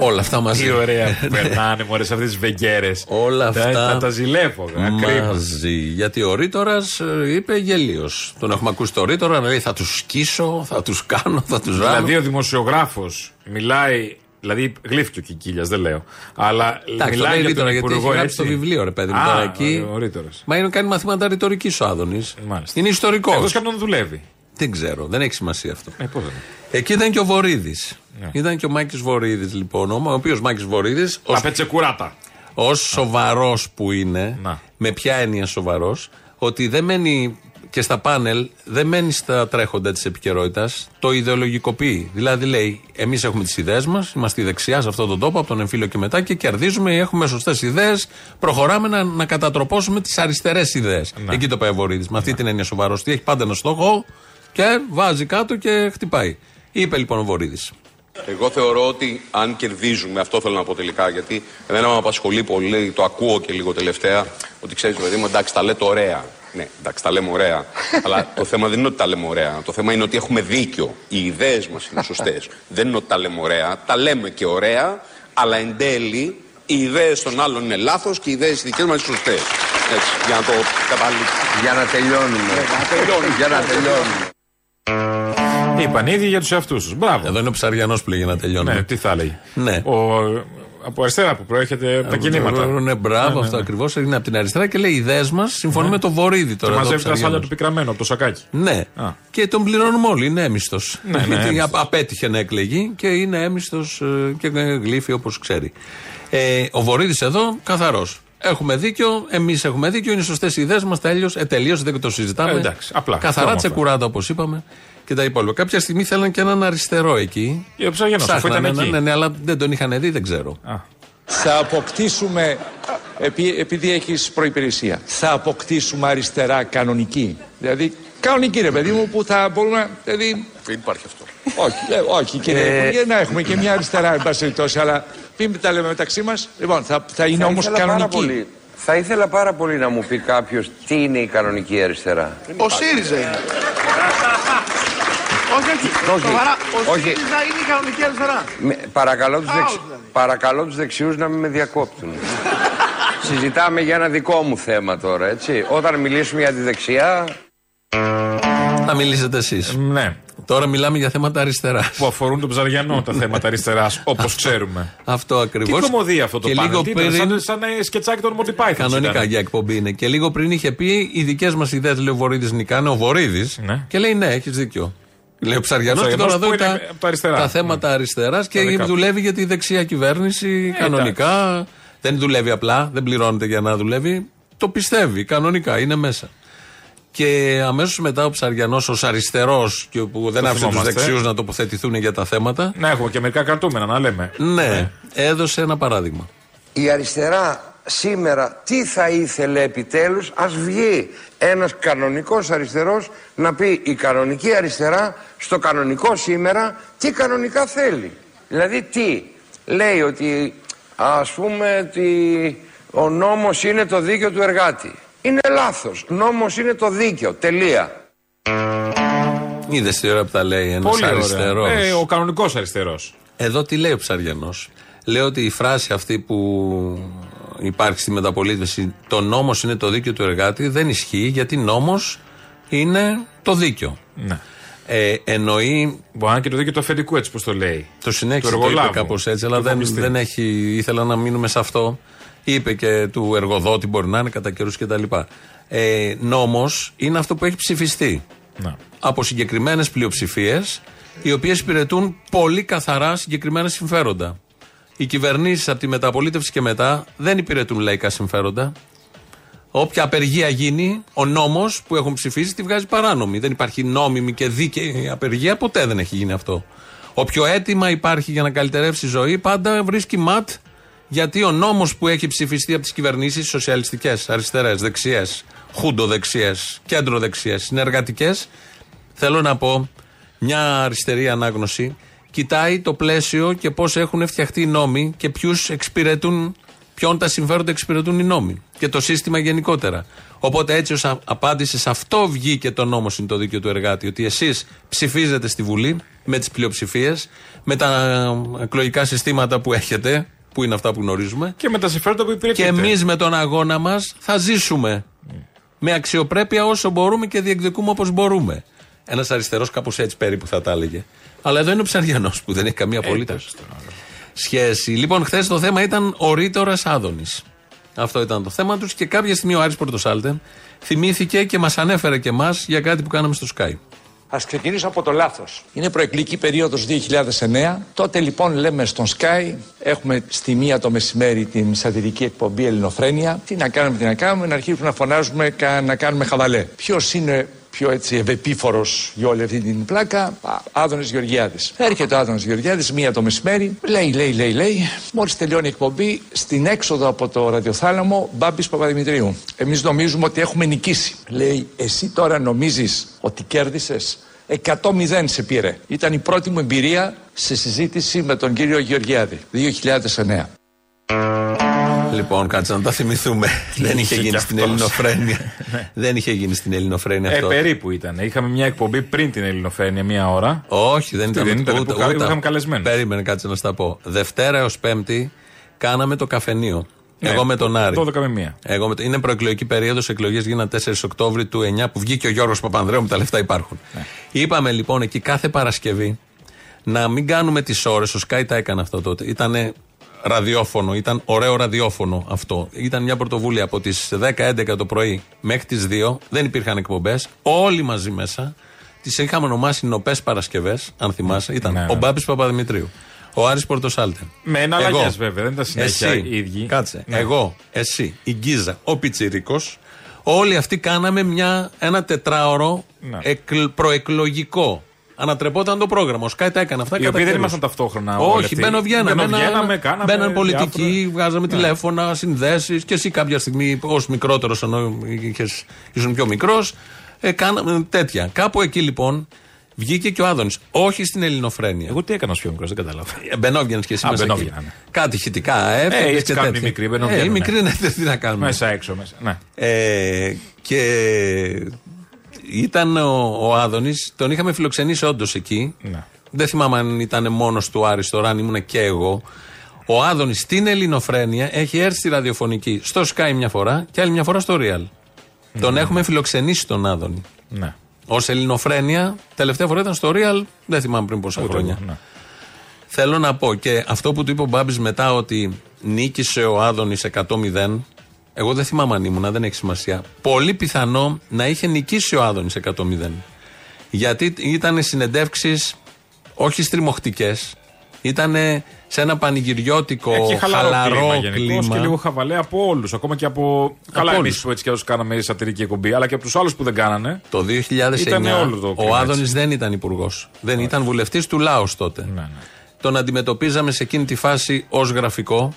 [SPEAKER 3] Όλα αυτά μαζί.
[SPEAKER 4] Τι ωραία που περνάνε μωρέ σε αυτές τις βεγγέρες.
[SPEAKER 3] Όλα αυτά.
[SPEAKER 4] Τα, τα ζηλεύω. ε, Κρίμα.
[SPEAKER 3] Μαζί. Γιατί ο Ρήτορας είπε γελίος. Τον έχουμε ακούσει το Ρήτορα να λέει θα τους σκίσω, θα τους κάνω, θα τους ράνω.
[SPEAKER 4] Δηλαδή ο δημοσιογράφος μιλάει. Δηλαδή γλύφτηκε και Κίλια, δεν λέω. Αλλά
[SPEAKER 3] Εντάξει, το
[SPEAKER 4] μιλάει
[SPEAKER 3] λέει
[SPEAKER 4] για τον
[SPEAKER 3] Ρήτορα γιατί έχει
[SPEAKER 4] υπουργό.
[SPEAKER 3] γράψει
[SPEAKER 4] έτσι.
[SPEAKER 3] το βιβλίο, ρε παιδί μου.
[SPEAKER 4] Α,
[SPEAKER 3] τώρα εκεί.
[SPEAKER 4] ο- ο Ρήτορας.
[SPEAKER 3] Μα είναι κάνει μαθήματα ρητορικής ο Άδωνης. Είναι ιστορικός.
[SPEAKER 4] Εκτός και αν τον δουλεύει.
[SPEAKER 3] Δεν ξέρω, δεν έχει σημασία αυτό.
[SPEAKER 4] Ε, πώς δεν.
[SPEAKER 3] Εκεί ήταν και ο Βορύδης.
[SPEAKER 4] Ναι.
[SPEAKER 3] Ήταν και ο Μάκης Βορύδης, λοιπόν. Ο οποίος Μάκης Βορύδης.
[SPEAKER 4] Παπετσεκουράτα.
[SPEAKER 3] Ω σοβαρός που είναι, με ποια έννοια σοβαρός, ότι δεν μένει και στα πάνελ, δεν μένει στα τρέχοντα της επικαιρότητας, το ιδεολογικοποιεί. Δηλαδή λέει, εμείς έχουμε τις ιδέες μας, είμαστε η δεξιά σε αυτόν τον τόπο, από τον εμφύλιο και μετά και κερδίζουμε, έχουμε σωστές ιδέες, προχωράμε να, να κατατροπώσουμε τις αριστερές ιδέες.
[SPEAKER 4] Ναι.
[SPEAKER 3] Εκεί το πάει ο Βορύδης. Με αυτή την έννοια σοβαρός. Τι έχει πάντα ένα στόχο και βάζει κάτω και χτυπάει. Είπε λοιπόν ο Βορύδης.
[SPEAKER 18] Εγώ θεωρώ ότι αν κερδίζουμε, αυτό θέλω να πω τελικά, γιατί εμένα με απασχολεί πολύ, το ακούω και λίγο τελευταία, ότι ξέρεις, παιδί μου, εντάξει, τα λέτε ωραία. Ναι, εντάξει, τα λέμε ωραία. αλλά το θέμα δεν είναι ότι τα λέμε ωραία. Το θέμα είναι ότι έχουμε δίκιο. Οι ιδέες μας είναι σωστές. δεν είναι ότι τα λέμε ωραία. Τα λέμε και ωραία, αλλά εν τέλει οι ιδέες των άλλων είναι λάθος και οι ιδέες δικές μας είναι σωστές. Έτσι, για να το καταλήξουμε. Για να τελειώνουμε. Για να τελειώνουμε.
[SPEAKER 4] Είπαν ήδη για τους εαυτούς τους. Μπράβο.
[SPEAKER 3] Εδώ είναι ο ψαριανός που λέγει να τελειώνει.
[SPEAKER 4] Ναι, τι θα έλεγε.
[SPEAKER 3] Ναι.
[SPEAKER 4] Ο- από αριστερά που προέρχεται από τα κινήματα.
[SPEAKER 3] Ναι, μπράβο, αυτό ακριβώς. Είναι από την αριστερά και λέει: Οι ιδέες μας συμφωνεί με το βορίδι
[SPEAKER 4] Ναι. Και
[SPEAKER 3] τώρα. εδώ,
[SPEAKER 4] μαζεύει τα
[SPEAKER 3] ψαριανός.
[SPEAKER 4] σάλια του πικραμένου από το σακάκι.
[SPEAKER 3] Ναι. Και τον πληρώνουμε όλοι. Είναι έμιστος.
[SPEAKER 4] Ναι, ναι, έμιστος.
[SPEAKER 3] απέτυχε να εκλεγεί και είναι έμιστος και ε, γλύφει όπως ξέρει. Ε, ο Βορύδης εδώ, καθαρός. Έχουμε δίκιο, εμείς έχουμε δίκιο, είναι σωστές οι ιδέες μας. Τέλειωσε, ε, τελείωσε, δεν το συζητάμε.
[SPEAKER 4] Ε, εντάξει, απλά,
[SPEAKER 3] Καθαρά
[SPEAKER 4] όμορφα.
[SPEAKER 3] τσεκουράτα όπως είπαμε και τα υπόλοιπα. Κάποια στιγμή θέλαν και έναν αριστερό εκεί.
[SPEAKER 4] Ή ο Ψαγενός, αφού
[SPEAKER 3] Ψάχνανε
[SPEAKER 4] ήταν
[SPEAKER 3] έναν,
[SPEAKER 4] εκεί.
[SPEAKER 3] Ναι, ναι, αλλά δεν τον είχαν δει, δεν ξέρω.
[SPEAKER 16] Θα αποκτήσουμε, επει- επειδή έχεις προϋπηρεσία, θα αποκτήσουμε αριστερά κανονική. Δηλαδή, κανονική ρε παιδί μου που θα μπορούμε να... Δηλαδή...
[SPEAKER 18] Δεν υπάρχει αυτό.
[SPEAKER 16] Όχι, λέω, όχι κύριε
[SPEAKER 18] Ε.
[SPEAKER 16] Υπουργέ, να έχουμε και μια αριστερά, εν πάση περιπτώσει, αλλά μην τα λέμε μεταξύ μας. Λοιπόν, θα, θα είναι
[SPEAKER 19] Θα
[SPEAKER 16] όμως
[SPEAKER 19] ήθελα πάρα
[SPEAKER 16] κανονική.
[SPEAKER 19] πολύ- Θα ήθελα πάρα πολύ να μου πει κάποιος τι είναι η κανονική αριστερά.
[SPEAKER 17] Ο ΣΥΡΙΖΑ είναι. Όχι, όχι.
[SPEAKER 19] Όχι.
[SPEAKER 17] Σοβαρά. Ο
[SPEAKER 19] Όχι.
[SPEAKER 17] ΣΥΡΙΖΑ είναι η κανονική αριστερά.
[SPEAKER 19] Με- παρακαλώ, τους
[SPEAKER 17] Out,
[SPEAKER 19] δεξι...
[SPEAKER 17] δηλαδή.
[SPEAKER 19] παρακαλώ τους δεξιούς να μην με διακόπτουν. Συζητάμε για ένα δικό μου θέμα τώρα, έτσι. Όταν μιλήσουμε για τη δεξιά...
[SPEAKER 3] Θα μιλήσετε εσείς.
[SPEAKER 4] Ναι.
[SPEAKER 3] Τώρα μιλάμε για θέματα αριστεράς.
[SPEAKER 4] Που αφορούν τον Ψαριανό τα θέματα αριστεράς, όπως ξέρουμε.
[SPEAKER 3] Αυτό
[SPEAKER 4] Τι
[SPEAKER 3] ακριβώ.
[SPEAKER 4] κομμωδία αυτό το
[SPEAKER 3] και
[SPEAKER 4] πάνελ,
[SPEAKER 3] λίγο
[SPEAKER 4] τι ήταν,
[SPEAKER 3] πριν,
[SPEAKER 4] σαν, ναι. σαν ε, σκετσάκι των Monty Python.
[SPEAKER 3] Κανονικά
[SPEAKER 4] ήταν.
[SPEAKER 3] για εκπομπή είναι. Και λίγο πριν είχε πει οι δικές μας ιδέες, λέει ο Βορύδης νικάνε. Ο Βορύδης. Και λέει ναι, έχεις δίκιο. Λέει ο Ψαριανός
[SPEAKER 4] Ο
[SPEAKER 3] και τώρα
[SPEAKER 4] Ψαριανός
[SPEAKER 3] εδώ
[SPEAKER 4] που είναι
[SPEAKER 3] τα,
[SPEAKER 4] από τα αριστερά. Ναι.
[SPEAKER 3] τα θέματα αριστεράς και
[SPEAKER 4] Κανονικά.
[SPEAKER 3] δουλεύει για τη δεξιά
[SPEAKER 4] Ε,
[SPEAKER 3] κυβέρνηση κανονικά. Δεν δουλεύει απλά, δεν πληρώνεται για να δουλεύει. Το πιστεύει κανονικά, είναι μέσα. Και αμέσως μετά ο Ψαριανός, ω αριστερό, που δεν
[SPEAKER 4] Το
[SPEAKER 3] άφησε τους
[SPEAKER 4] θυμόμαστε.
[SPEAKER 3] δεξιούς να τοποθετηθούν για τα θέματα.
[SPEAKER 4] Να έχουμε και μερικά κρατούμενα να λέμε.
[SPEAKER 3] Ναι, έδωσε ένα παράδειγμα.
[SPEAKER 19] Η αριστερά σήμερα τι θα ήθελε επιτέλους ας βγει ένας κανονικός αριστερός να πει η κανονική αριστερά στο κανονικό σήμερα τι κανονικά θέλει. Δηλαδή τι λέει ότι ας πούμε ότι ο νόμος είναι το δίκαιο του εργάτη. Είναι λάθος. Νόμος είναι το δίκαιο. Τελεία.
[SPEAKER 3] Είδες τι ώρα που τα λέει ένας
[SPEAKER 4] Πολύ
[SPEAKER 3] αριστερό.
[SPEAKER 4] ωραία. Ε, ο κανονικός αριστερός.
[SPEAKER 3] Εδώ τι λέει ο Ψαριανός. Λέει ότι η φράση αυτή που υπάρχει στη μεταπολίτευση, το νόμος είναι το δίκαιο του εργάτη, δεν ισχύει γιατί νόμος είναι το δίκαιο.
[SPEAKER 4] Ναι.
[SPEAKER 3] Ε, εννοεί.
[SPEAKER 4] Μπορεί να είναι και το δίκαιο του αφεντικού έτσι πώ το λέει.
[SPEAKER 3] Το συνέχισε
[SPEAKER 4] Του
[SPEAKER 3] το είπε
[SPEAKER 4] εργολάβου.
[SPEAKER 3] κάπως έτσι, αλλά δεν,
[SPEAKER 4] εφοπλιστή.
[SPEAKER 3] δεν έχει. Ήθελα να μείνουμε σε αυτό. Είπε και του εργοδότη, μπορεί να είναι κατά καιρούς κτλ. Ε, Νόμος είναι αυτό που έχει ψηφιστεί
[SPEAKER 4] Να.
[SPEAKER 3] από συγκεκριμένες πλειοψηφίες, οι οποίες υπηρετούν πολύ καθαρά συγκεκριμένα συμφέροντα. Οι κυβερνήσεις από τη μεταπολίτευση και μετά δεν υπηρετούν λαϊκά συμφέροντα. Όποια απεργία γίνει, ο νόμος που έχουν ψηφίσει τη βγάζει παράνομη. Δεν υπάρχει νόμιμη και δίκαιη απεργία, ποτέ δεν έχει γίνει αυτό. Όποιο αίτημα υπάρχει για να καλυτερεύσει η ζωή, πάντα βρίσκει ματ. Γιατί ο νόμος που έχει ψηφιστεί από τις κυβερνήσεις, σοσιαλιστικές, αριστερές, δεξιέ, χούντο δεξιέ, κέντρο δεξιέ, συνεργατικές, θέλω να πω, μια αριστερή ανάγνωση κοιτάει το πλαίσιο και πώς έχουν φτιαχτεί οι νόμοι και ποιους εξυπηρετούν, ποιον τα συμφέροντα εξυπηρετούν οι νόμοι και το σύστημα γενικότερα. Οπότε έτσι ως α- απάντηση σε αυτό βγήκε το νόμο είναι το δίκαιο του εργάτη, ότι εσείς ψηφίζετε στη Βουλή με τις πλειοψηφίες, με τα εκλογικά συστήματα που έχετε, που είναι αυτά που γνωρίζουμε,
[SPEAKER 4] Και με τα συμφέροντα που
[SPEAKER 3] και
[SPEAKER 4] υπηρετείται.
[SPEAKER 3] εμείς με τον αγώνα μας θα ζήσουμε. Με αξιοπρέπεια όσο μπορούμε και διεκδικούμε όπως μπορούμε. Ένας αριστερός κάπως έτσι περίπου θα τα έλεγε. Αλλά εδώ είναι ο ψαριανός που δεν έχει καμία απολύτως σχέση. Λοιπόν, χθες το θέμα ήταν ο Ρήτορας Άδωνης. Αυτό ήταν το θέμα τους και κάποια στιγμή ο Άρης Πορτοσάλτε θυμήθηκε και μας ανέφερε και εμάς για κάτι που κάναμε στο Sky.
[SPEAKER 16] Ας ξεκινήσω από το λάθος. Είναι προεκλογική περίοδος 2009. Τότε λοιπόν λέμε στον Sky, έχουμε στη μία το μεσημέρι την σατυρική εκπομπή Ελληνοφρένεια. Τι να κάνουμε, τι να κάνουμε, να αρχίσουμε να φωνάζουμε, κα- να κάνουμε χαβαλέ. Ποιος είναι πιο έτσι ευεπίφορος για όλη αυτή την πλάκα, Άδωνης Γεωργιάδης. Έρχεται ο Άδωνης Γεωργιάδης, μία το μεσημέρι, λέει, λέει, λέει, λέει. Μόλις τελειώνει η εκπομπή, στην έξοδο από το ραδιοθάλαμο, Μπάμπης Παπαδημητρίου. Εμείς νομίζουμε ότι έχουμε νικήσει. Λέει, εσύ τώρα νομίζεις ότι κέρδισες. 100-0 σε πήρε. Ήταν η πρώτη μου εμπειρία σε συζήτηση με τον κύριο Γεωργιάδη, 2009.
[SPEAKER 3] Λοιπόν, κάτσε να τα θυμηθούμε. Δεν είχε
[SPEAKER 4] και
[SPEAKER 3] γίνει
[SPEAKER 4] αυτός.
[SPEAKER 3] στην
[SPEAKER 4] Ναι.
[SPEAKER 3] Ελληνοφρένεια. Δεν είχε γίνει στην Ελληνοφρένεια
[SPEAKER 4] Ε,
[SPEAKER 3] αυτό.
[SPEAKER 4] περίπου ήταν. Είχαμε μια εκπομπή πριν την Ελληνοφρένεια, μία ώρα.
[SPEAKER 3] Όχι, δεν
[SPEAKER 4] Τι,
[SPEAKER 3] ήταν
[SPEAKER 4] δεν
[SPEAKER 3] ούτε,
[SPEAKER 4] ήταν
[SPEAKER 3] ούτε,
[SPEAKER 4] που κάτι
[SPEAKER 3] ούτε.
[SPEAKER 4] που είχαμε καλεσμένους.
[SPEAKER 3] Περίμενε, κάτσε να στα πω. Δευτέρα έως Πέμπτη κάναμε το καφενείο.
[SPEAKER 4] Ναι,
[SPEAKER 3] Εγώ με τον Άρη.
[SPEAKER 4] 12 με μία.
[SPEAKER 3] Εγώ με το- Είναι προεκλογική περίοδος. Εκλογές γίνανε 4 Οκτώβρη του 9 που βγήκε ο Γιώργος Παπανδρέου με τα λεφτά υπάρχουν. Είπαμε λοιπόν εκεί κάθε Παρασκευή να μην κάνουμε τις ώρες. Ο Sky τα έκανε αυτό τότε. Ήταν ραδιόφωνο, ήταν ωραίο ραδιόφωνο αυτό. Ήταν μια πρωτοβουλία από τις 10-11 το πρωί μέχρι τις 2. Δεν υπήρχαν εκπομπές. Όλοι μαζί μέσα. Τις είχαμε ονομάσει Νοπές Παρασκευές, αν θυμάσαι. Ήταν ο Μπάμπης Παπαδημητρίου. Ο Άρης Πορτοσάλτε.
[SPEAKER 4] Με εναλλαγές, βέβαια, δεν ήταν συνέχεια
[SPEAKER 3] εσύ,
[SPEAKER 4] οι ίδιοι.
[SPEAKER 3] Κάτσε.
[SPEAKER 4] Ναι.
[SPEAKER 3] Εγώ, εσύ, η Γκίζα, ο Πιτσυρίκο. Όλοι αυτοί κάναμε μια, ένα τετράωρο
[SPEAKER 4] Ναι.
[SPEAKER 3] εκλ- προεκλογικό. Ανατρεπόταν το πρόγραμμα. Ο Σκάι τα έκανε αυτά.
[SPEAKER 4] Οι
[SPEAKER 3] κατά
[SPEAKER 4] οποίοι δεν
[SPEAKER 3] καιρούς.
[SPEAKER 4] ήμασταν ταυτόχρονα. όλοι
[SPEAKER 3] Όχι,
[SPEAKER 4] αυτοί.
[SPEAKER 3] μπαίνω βγαίναμε.
[SPEAKER 4] Μπαίνοβγαίναμε, κάναμε
[SPEAKER 3] μπαίναν πολιτικοί,
[SPEAKER 4] διάφορα.
[SPEAKER 3] βγάζαμε
[SPEAKER 4] Ναι.
[SPEAKER 3] τηλέφωνα, συνδέσεις. Και εσύ κάποια στιγμή, ως μικρότερος, ενώ είχες- ήσουν πιο μικρός, ε, κάναμε τέτοια. Κάπου εκεί λοιπόν βγήκε και ο Άδωνης. Όχι στην Ελληνοφρένεια. Εγώ
[SPEAKER 4] τι έκανα ως πιο μικρός, δεν κατάλαβα.
[SPEAKER 3] Μπενόβγαινε Ε, και εσύ
[SPEAKER 4] Α,
[SPEAKER 3] μέσα. εκεί.
[SPEAKER 4] μπαινόβγαιναν.
[SPEAKER 3] Κάτι χητικά, ε,
[SPEAKER 4] Ε,
[SPEAKER 3] έφευγες
[SPEAKER 4] έτσι
[SPEAKER 3] και
[SPEAKER 4] κάνουν οι
[SPEAKER 3] τέτοια.
[SPEAKER 4] μικροί.
[SPEAKER 3] Ε, οι
[SPEAKER 4] μπαινοβγαίνουν,
[SPEAKER 3] μικροί, ναι, τι να κάνουμε.
[SPEAKER 4] Μέσα έξω, μέσα. Ναι.
[SPEAKER 3] Ε, και ήταν ο, ο Άδωνης, τον είχαμε φιλοξενήσει όντως εκεί.
[SPEAKER 4] Ναι.
[SPEAKER 3] Δεν θυμάμαι αν ήταν μόνος του Άρης τώρα, αν ήμουν και εγώ. Ο Άδωνης στην Ελληνοφρένεια έχει έρθει στη ραδιοφωνική στο Sky μια φορά και άλλη μια φορά στο Real. Τον έχουμε φιλοξενήσει τον Άδωνη.
[SPEAKER 4] Ναι.
[SPEAKER 3] Ως Ελληνοφρένεια, τελευταία φορά ήταν στο Real, δεν θυμάμαι πριν πόσα χρόνια.
[SPEAKER 4] ναι.
[SPEAKER 3] Θέλω να πω και αυτό που του είπε ο Μπάμπης μετά ότι νίκησε ο Άδωνης 100-0. Εγώ δεν θυμάμαι αν ήμουνα, δεν έχει σημασία. Πολύ πιθανό να είχε νικήσει ο Άδωνης 100-0. Γιατί ήταν συνεντεύξεις όχι στριμωχτικές. Ήταν σε ένα πανηγυριώτικο,
[SPEAKER 4] Έχει χαλαρό, κλίμα, γενικώς
[SPEAKER 3] κλίμα.
[SPEAKER 4] και λίγο χαβαλέ από όλους. Ακόμα και από. καλά, εμείς
[SPEAKER 3] όλους.
[SPEAKER 4] που έτσι και άλλου κάναμε σατυρική εκπομπή, αλλά και από τους άλλους που δεν κάνανε.
[SPEAKER 3] Το 2009
[SPEAKER 4] Ήταν όλο το
[SPEAKER 3] ο
[SPEAKER 4] κλίμα
[SPEAKER 3] Άδωνης
[SPEAKER 4] έτσι. Ναι.
[SPEAKER 3] δεν ήταν υπουργός. Δεν ήταν βουλευτής του λαού τότε. Τον αντιμετωπίζαμε σε εκείνη τη φάση ως γραφικό.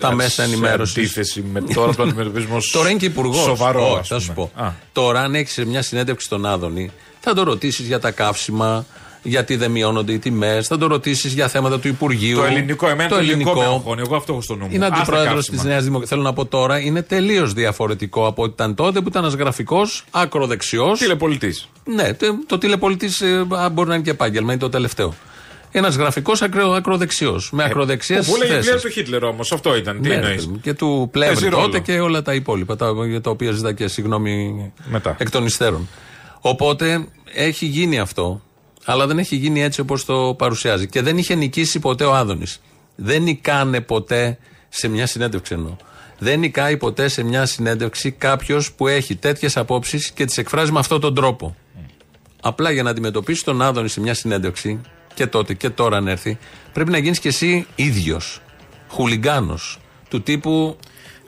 [SPEAKER 3] Τα
[SPEAKER 4] σε
[SPEAKER 3] μέσα ενημέρωσης.
[SPEAKER 4] αντίθεση με τώρα τον αντιμετωπισμό σ-
[SPEAKER 3] Τώρα είναι και υπουργός.
[SPEAKER 4] σοβαρό, ας
[SPEAKER 3] θα σου
[SPEAKER 4] πούμε.
[SPEAKER 3] πω. Τώρα, αν έχεις μια συνέντευξη στον Άδωνη, θα τον ρωτήσεις για τα καύσιμα, γιατί δεν μειώνονται οι τιμές, θα τον ρωτήσεις για θέματα του Υπουργείου.
[SPEAKER 4] Το ελληνικό, εμένα το, ελληνικό. με
[SPEAKER 3] ελληνικό.
[SPEAKER 4] αγχώνει. Εγώ αυτό έχω στο νου μου.
[SPEAKER 3] Είναι
[SPEAKER 4] Άστα
[SPEAKER 3] αντιπρόεδρο τη
[SPEAKER 4] καύσιμα.
[SPEAKER 3] Νέας Δημοκρατίας. Θέλω να πω τώρα, είναι τελείως διαφορετικό από ό,τι ήταν τότε που ήταν ένας γραφικός, ακροδεξιός.
[SPEAKER 4] Τηλεπολιτής.
[SPEAKER 3] Ναι, το, το τηλεπολιτής μπορεί να είναι και επάγγελμα, είναι το τελευταίο. Ένας γραφικός ακροδεξιός. Με ακροδεξιέ
[SPEAKER 4] Ε, Που έλεγε η πλήρη του Χίτλερ όμως. Αυτό ήταν. Τι
[SPEAKER 3] ναι,
[SPEAKER 4] εννοείς.
[SPEAKER 3] ρε, Και του πλεύρη
[SPEAKER 4] Παίζει
[SPEAKER 3] τότε
[SPEAKER 4] ρόλο.
[SPEAKER 3] και όλα τα υπόλοιπα, τα, για τα οποία ζητά και συγγνώμη
[SPEAKER 4] Μετά.
[SPEAKER 3] εκ των υστέρων. Οπότε έχει γίνει αυτό, αλλά δεν έχει γίνει έτσι όπως το παρουσιάζει. Και δεν είχε νικήσει ποτέ ο Άδωνης. Δεν νικάνε ποτέ σε μια συνέντευξη εννοώ. Δεν νικάει ποτέ σε μια συνέντευξη κάποιος που έχει τέτοιες απόψεις και τις εκφράζει με αυτόν τον τρόπο. Απλά για να αντιμετωπίσει τον Άδωνη σε μια συνέντευξη, και τότε και τώρα αν έρθει, πρέπει να γίνεις κι εσύ ίδιος. Χουλιγκάνος. Του τύπου.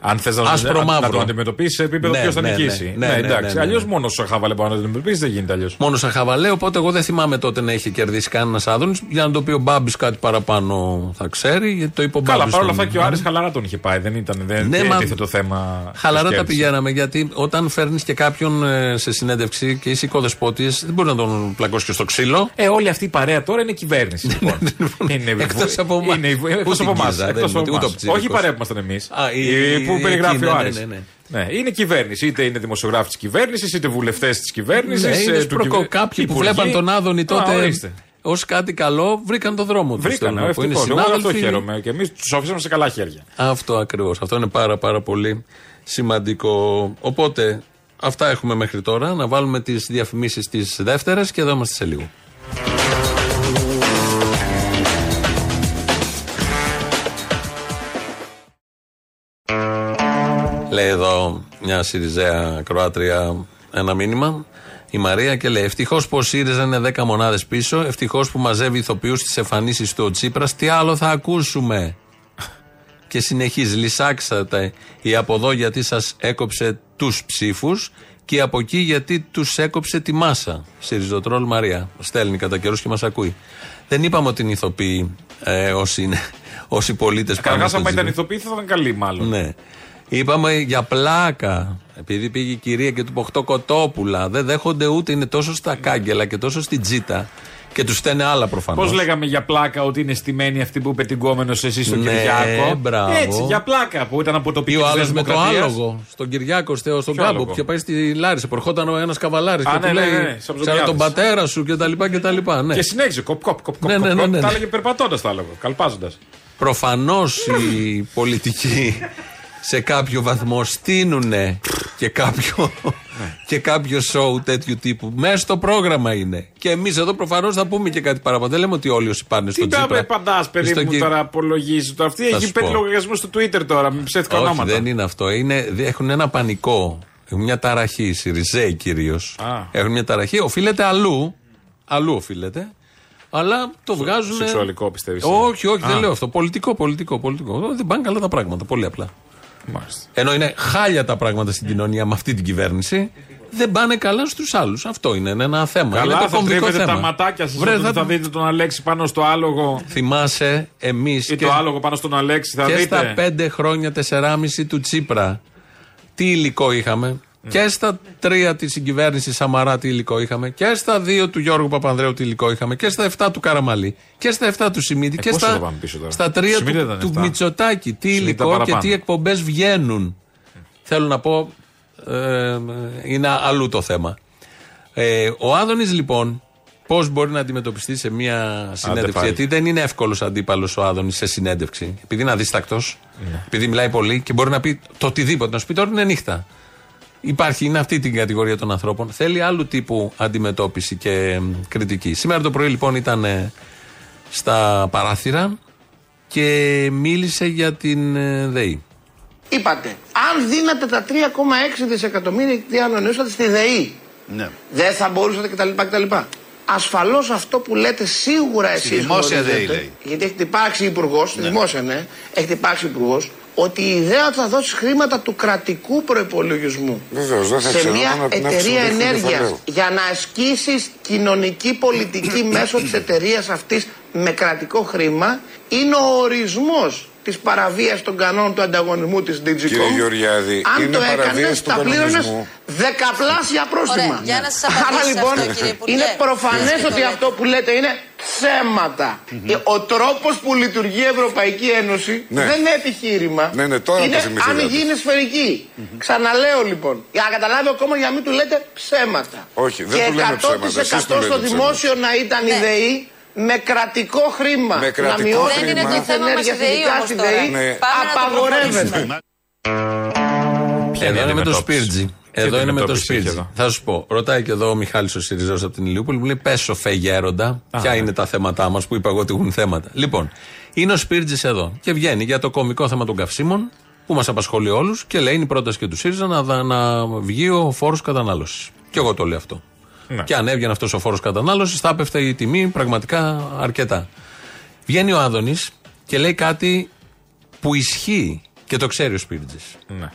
[SPEAKER 4] Αν θες να,
[SPEAKER 3] άσπρο
[SPEAKER 4] να, να
[SPEAKER 3] μαύρο.
[SPEAKER 4] τον αντιμετωπίσει σε επίπεδο
[SPEAKER 3] Ναι,
[SPEAKER 4] ποιος θα
[SPEAKER 3] ναι, ναι,
[SPEAKER 4] νικήσει.
[SPEAKER 3] ναι, ναι, ναι,
[SPEAKER 4] εντάξει.
[SPEAKER 3] ναι.
[SPEAKER 4] Αλλιώ μόνο σε χαβαλέ πάνω να τον αντιμετωπίσει δεν γίνεται αλλιώς.
[SPEAKER 3] Μόνος σαν χαβαλέ, οπότε εγώ δεν θυμάμαι τότε να είχε κερδίσει κανένας Άδωνης. Για να το πει ο Μπάμπης κάτι παραπάνω θα ξέρει, γιατί το είπε ο Μπάμπη.
[SPEAKER 4] Καλά, παρόλα αυτά και ο Άρης χαλαρά τον είχε πάει. Δεν ήταν δεν,
[SPEAKER 3] Ναι,
[SPEAKER 4] δεν
[SPEAKER 3] μα-
[SPEAKER 4] τίθεται το θέμα.
[SPEAKER 3] Χαλαρά
[SPEAKER 4] της
[SPEAKER 3] τα
[SPEAKER 4] κέρδης.
[SPEAKER 3] πηγαίναμε γιατί όταν φέρνεις και κάποιον ε, σε συνέντευξη και είσαι οικοδεσπότης, δεν μπορεί να τον πλακώσει και στο ξύλο.
[SPEAKER 4] Ε, όλη αυτή η παρέα τώρα είναι
[SPEAKER 3] Ναι,
[SPEAKER 4] κυβέρνηση. Λοιπόν. είναι
[SPEAKER 3] Εκτός από εμάς.
[SPEAKER 4] Είναι,
[SPEAKER 3] Ούτε
[SPEAKER 4] εκτός από
[SPEAKER 3] η
[SPEAKER 4] εμάς,
[SPEAKER 3] Γκίζα, δεν
[SPEAKER 4] εκτός
[SPEAKER 3] είναι,
[SPEAKER 4] από
[SPEAKER 3] ούτε
[SPEAKER 4] εμάς.
[SPEAKER 3] ο Ψήρικος.
[SPEAKER 4] Όχι η παρέα που ήμασταν εμείς.
[SPEAKER 3] Α, η-
[SPEAKER 4] Που
[SPEAKER 3] η-
[SPEAKER 4] περιγράφει
[SPEAKER 3] εκεί,
[SPEAKER 4] ο
[SPEAKER 3] ναι,
[SPEAKER 4] Άρης.
[SPEAKER 3] ναι, ναι,
[SPEAKER 4] Ναι, είναι κυβέρνηση. Είτε είναι δημοσιογράφοι της κυβέρνησης, είτε βουλευτές της κυβέρνησης.
[SPEAKER 3] Ναι, είναι σπροκο- Κάποιοι που βλέπαν τον Άδωνη τότε ως κάτι καλό, βρήκαν τον δρόμο τους.
[SPEAKER 4] Βρήκαν,
[SPEAKER 3] που είναι
[SPEAKER 4] ευτυχώς. Εγώ αυτό
[SPEAKER 3] συνάδελφοι.
[SPEAKER 4] χαίρομαι. Και εμείς τους άφησαμε σε καλά χέρια.
[SPEAKER 3] Αυτό ακριβώς. Αυτό είναι πάρα πάρα πολύ σημαντικό. Οπότε, αυτά έχουμε μέχρι τώρα. Να βάλουμε τις διαφημίσεις τη δεύτερα και εδώ είμαστε σε λίγο. Λέει εδώ μια Σιριζέα Κροάτρια ένα μήνυμα. η Μαρία και λέει: Ευτυχώς που ο ΣΥΡΙΖΑ είναι 10 μονάδες πίσω, ευτυχώς που μαζεύει ηθοποιούς στις εμφανίσεις του ο Τσίπρας. Τι άλλο θα ακούσουμε. Και συνεχίζει, λυσάξατε η από εδώ γιατί σας έκοψε τους ψήφους και η από εκεί γιατί τους έκοψε τη μάσα. Σιριζοτρόλ Μαρία. Στέλνει κατά καιρούς και μας ακούει. Δεν είπαμε ότι είναι ηθοποιοί ε, όσοι είναι, όσοι πολίτες
[SPEAKER 4] Καταρχάς, άμα ήταν ηθοποιοί, θα ήταν καλή, μάλλον.
[SPEAKER 3] ναι. Είπαμε για πλάκα. Επειδή πήγε η κυρία και του ποχτώ κοτόπουλα. Δεν δέχονται ούτε είναι τόσο στα κάγκελα και τόσο στην τζίτα. Και τους στέλνε άλλα προφανώς.
[SPEAKER 4] Πώς λέγαμε για πλάκα ότι είναι στημένη αυτή που είπε την κόμενο εσύ στον
[SPEAKER 3] Ναι,
[SPEAKER 4] Κυριάκο.
[SPEAKER 3] μπράβο.
[SPEAKER 4] Έτσι, για πλάκα που ήταν από το
[SPEAKER 3] Ή
[SPEAKER 4] πίσω.
[SPEAKER 3] ο άλλος με το άλογο. Στον Κυριάκο, στο- στον
[SPEAKER 4] Ποιο
[SPEAKER 3] Κάμπο
[SPEAKER 4] άλογο?
[SPEAKER 3] που είχε πάει στη Λάρισα. Προχόταν ο ένας καβαλάρης
[SPEAKER 4] Α,
[SPEAKER 3] και
[SPEAKER 4] ναι,
[SPEAKER 3] του
[SPEAKER 4] ναι,
[SPEAKER 3] λέει:
[SPEAKER 4] ναι, ναι, σαν
[SPEAKER 3] Ξέρω
[SPEAKER 4] ψωμιάδες».
[SPEAKER 3] τον πατέρα σου κτλ. κτλ. Ναι.
[SPEAKER 4] Και συνέχιζε. Κοπ, κοπ, κοπ. κοπ,
[SPEAKER 3] Ναι, ναι,
[SPEAKER 4] κοπ,
[SPEAKER 3] ναι,
[SPEAKER 4] κοπ.
[SPEAKER 3] ναι,
[SPEAKER 4] Τα
[SPEAKER 3] ναι.
[SPEAKER 4] έλεγε περπατώντας τα έλεγα. Καλπάζοντας.
[SPEAKER 3] Προφανώς οι πολιτικοί σε κάποιο βαθμό στείνουνε και κάποιο, και κάποιο σοου τέτοιου τύπου. Μέσα στο πρόγραμμα είναι. Και εμείς εδώ προφανώς θα πούμε και κάτι παραπάνω. Δεν λέμε ότι όλοι όσοι πάνε
[SPEAKER 4] Τι
[SPEAKER 3] στον
[SPEAKER 4] τα
[SPEAKER 3] Τσίπρα.
[SPEAKER 4] παντά,
[SPEAKER 3] ή
[SPEAKER 4] παιδί
[SPEAKER 3] στον
[SPEAKER 4] μου,
[SPEAKER 3] Κυ-
[SPEAKER 4] τώρα απολογίζεις το. Αυτή
[SPEAKER 3] Θα
[SPEAKER 4] έχει
[SPEAKER 3] σου
[SPEAKER 4] πέντε
[SPEAKER 3] πω.
[SPEAKER 4] λογαριασμούς στο Twitter τώρα με ψεύτικα
[SPEAKER 3] Όχι,
[SPEAKER 4] ονόματα.
[SPEAKER 3] δεν είναι αυτό. Είναι, δε- έχουν ένα πανικό. Έχουν μια ταραχή. Οι Σιριζέοι κυρίως. Έχουν μια ταραχή. Οφείλεται αλλού. Αλλού οφείλεται. Αλλά το βγάζουν.
[SPEAKER 4] σεξουαλικό, πιστεύεις, είναι.
[SPEAKER 3] Όχι, όχι, δεν
[SPEAKER 4] Α.
[SPEAKER 3] λέω αυτό. Πολιτικό, πολιτικό, πολιτικό. Δεν πάνε καλά τα πράγματα. Πολύ απλά.
[SPEAKER 4] Μάλιστα.
[SPEAKER 3] Ενώ είναι χάλια τα πράγματα στην κοινωνία με αυτή την κυβέρνηση. Δεν πάνε καλά στους άλλους. Αυτό είναι είναι ένα θέμα.
[SPEAKER 4] Καλά,
[SPEAKER 3] είναι το
[SPEAKER 4] θα
[SPEAKER 3] κομβικό
[SPEAKER 4] τρίβετε
[SPEAKER 3] θέμα.
[SPEAKER 4] τα ματάκια σας
[SPEAKER 3] Βρε,
[SPEAKER 4] όταν
[SPEAKER 3] θα-
[SPEAKER 4] θα δείτε τον Αλέξη πάνω στο άλογο.
[SPEAKER 3] Θυμάσαι εμείς.
[SPEAKER 4] Ή το άλογο πάνω στον Αλέξη, θα
[SPEAKER 3] και
[SPEAKER 4] δείτε.
[SPEAKER 3] στα πέντε χρόνια, 4,5 του Τσίπρα, τι υλικό είχαμε. Και στα τρία της συγκυβέρνησης Σαμαρά τι υλικό είχαμε. Και στα δύο του Γιώργου Παπανδρέου τι υλικό είχαμε. Και στα εφτά του Καραμαλή. Και στα εφτά του Σιμίτη. και
[SPEAKER 4] πόσο Ε,
[SPEAKER 3] στα,
[SPEAKER 4] θα πάμε πίσω τώρα?
[SPEAKER 3] στα τρία
[SPEAKER 4] Σιμίτη
[SPEAKER 3] του,
[SPEAKER 4] ήταν
[SPEAKER 3] του
[SPEAKER 4] εφτά.
[SPEAKER 3] Μητσοτάκη. Τι
[SPEAKER 4] Σιμίτη τα
[SPEAKER 3] υλικό και
[SPEAKER 4] παραπάνω.
[SPEAKER 3] τι εκπομπές βγαίνουν. Θέλω να πω. Ε, είναι αλλού το θέμα. Ε, ο Άδωνης λοιπόν πώς μπορεί να αντιμετωπιστεί σε μια συνέντευξη
[SPEAKER 4] πάλι.
[SPEAKER 3] γιατί δεν είναι εύκολος αντίπαλος ο Άδωνης σε συνέντευξη επειδή είναι αδίστακτος επειδή μιλάει πολύ και μπορεί να πει το οτιδήποτε να σου πει τώρα είναι νύχτα Υπάρχει, είναι αυτή την κατηγορία των ανθρώπων. Θέλει άλλου τύπου αντιμετώπιση και ε, κριτική. Σήμερα το πρωί λοιπόν ήταν ε, στα παράθυρα και μίλησε για την ε, ΔΕΗ.
[SPEAKER 2] Είπατε, αν δίνατε τα 3,6 δισεκατομμύρια εκτία ανανεώσατε στη ΔΕΗ,
[SPEAKER 20] Ναι.
[SPEAKER 2] δεν θα μπορούσατε κτλ. κτλ. Ασφαλώς αυτό που λέτε σίγουρα
[SPEAKER 20] Στη
[SPEAKER 2] εσείς.
[SPEAKER 20] δημόσια ΔΕΗ, λέει.
[SPEAKER 2] Γιατί έχετε υπάρξει υπουργός, ναι. δημόσια ναι, έχετε υπάρξει υπουργός, ότι η ιδέα ότι θα δώσει χρήματα του κρατικού προπολογισμού
[SPEAKER 19] Βεβαίως, δεν θα
[SPEAKER 2] σε
[SPEAKER 19] ξέρω,
[SPEAKER 2] μια
[SPEAKER 19] να- να
[SPEAKER 2] εταιρεία
[SPEAKER 19] αυξηθεί το
[SPEAKER 2] ενέργειας
[SPEAKER 19] κεφαλαίο.
[SPEAKER 2] για να ασκήσεις κοινωνική πολιτική μέσω της εταιρείας αυτής με κρατικό χρήμα είναι ο ορισμός της παραβίας των κανόνων του ανταγωνισμού της DigiCom.
[SPEAKER 19] Κύριε Γεωργιάδη,
[SPEAKER 2] αν
[SPEAKER 19] είναι
[SPEAKER 2] το έκανε,
[SPEAKER 19] παραβίαση του
[SPEAKER 2] τα πλήρωνες
[SPEAKER 19] κανονισμού.
[SPEAKER 2] δεκαπλάσια πρόστιμα.
[SPEAKER 21] Ωραία, για να σας απαντήσω
[SPEAKER 2] Άρα
[SPEAKER 21] σε
[SPEAKER 2] λοιπόν
[SPEAKER 21] αυτό, κύριε Υπουργέ.
[SPEAKER 2] είναι προφανές
[SPEAKER 21] Μιας και το
[SPEAKER 2] ότι
[SPEAKER 21] λέτε.
[SPEAKER 2] αυτό που λέτε είναι ψέματα. Ε, Ο τρόπος που λειτουργεί η Ευρωπαϊκή Ένωση
[SPEAKER 19] Ναι.
[SPEAKER 2] δεν είναι επιχείρημα.
[SPEAKER 19] Ναι, ναι, τώρα
[SPEAKER 2] είναι
[SPEAKER 19] το θυμήθηκα.
[SPEAKER 2] αν η γη είναι σφαιρική. Ξαναλέω λοιπόν, για να καταλάβει ο κόμμα για να μην του λέτε ψέματα.
[SPEAKER 19] Όχι, δεν
[SPEAKER 2] και
[SPEAKER 19] του λέμε
[SPEAKER 2] 100%
[SPEAKER 19] ψέματα, εσείς του λέτε
[SPEAKER 2] στο
[SPEAKER 19] ψέματα.
[SPEAKER 2] δημόσιο να ήταν
[SPEAKER 21] Ναι.
[SPEAKER 2] η ΔΕΗ με κρατικό χρήμα.
[SPEAKER 19] Με κρατικό
[SPEAKER 2] να μειώσει
[SPEAKER 19] χρήμα.
[SPEAKER 2] την
[SPEAKER 19] Δεν είναι το
[SPEAKER 2] ενέργεια
[SPEAKER 21] θέμα μας η ΔΕΗ
[SPEAKER 2] συνδικά
[SPEAKER 21] όμως
[SPEAKER 2] στη
[SPEAKER 21] τώρα.
[SPEAKER 2] ΔΕΗ,
[SPEAKER 21] Ναι. Πάμε να το
[SPEAKER 2] απαγορεύεται.
[SPEAKER 3] Εδώ είναι, με το Σπίρτζι. Εδώ είναι με το
[SPEAKER 4] αντιμετώπιση
[SPEAKER 3] Σπίρτζι.
[SPEAKER 4] έχει εδώ?
[SPEAKER 3] Θα σου πω. Ρωτάει και εδώ ο Μιχάλης ο Σιριζός από την Ηλιούπολη. Μου λέει: Πέσω, φε γέροντα.
[SPEAKER 4] Α,
[SPEAKER 3] Ποια
[SPEAKER 4] ναι.
[SPEAKER 3] είναι τα θέματα μας που είπα εγώ ότι έχουν θέματα. Λοιπόν, είναι ο Σπίρτζι εδώ και βγαίνει για το κομικό θέμα των καυσίμων που μας απασχολεί όλους και λέει: Είναι η πρόταση και του ΣΥΡΙΖΑ να, δα- να βγει ο φόρος κατανάλωσης. Και εγώ το λέω αυτό.
[SPEAKER 4] Ναι.
[SPEAKER 3] Και αν έβγαινε αυτός ο φόρος κατανάλωσης, θα έπεφτε η τιμή πραγματικά αρκετά. Βγαίνει ο Άδωνης και λέει κάτι που ισχύει και το ξέρει ο Σπίρτζης.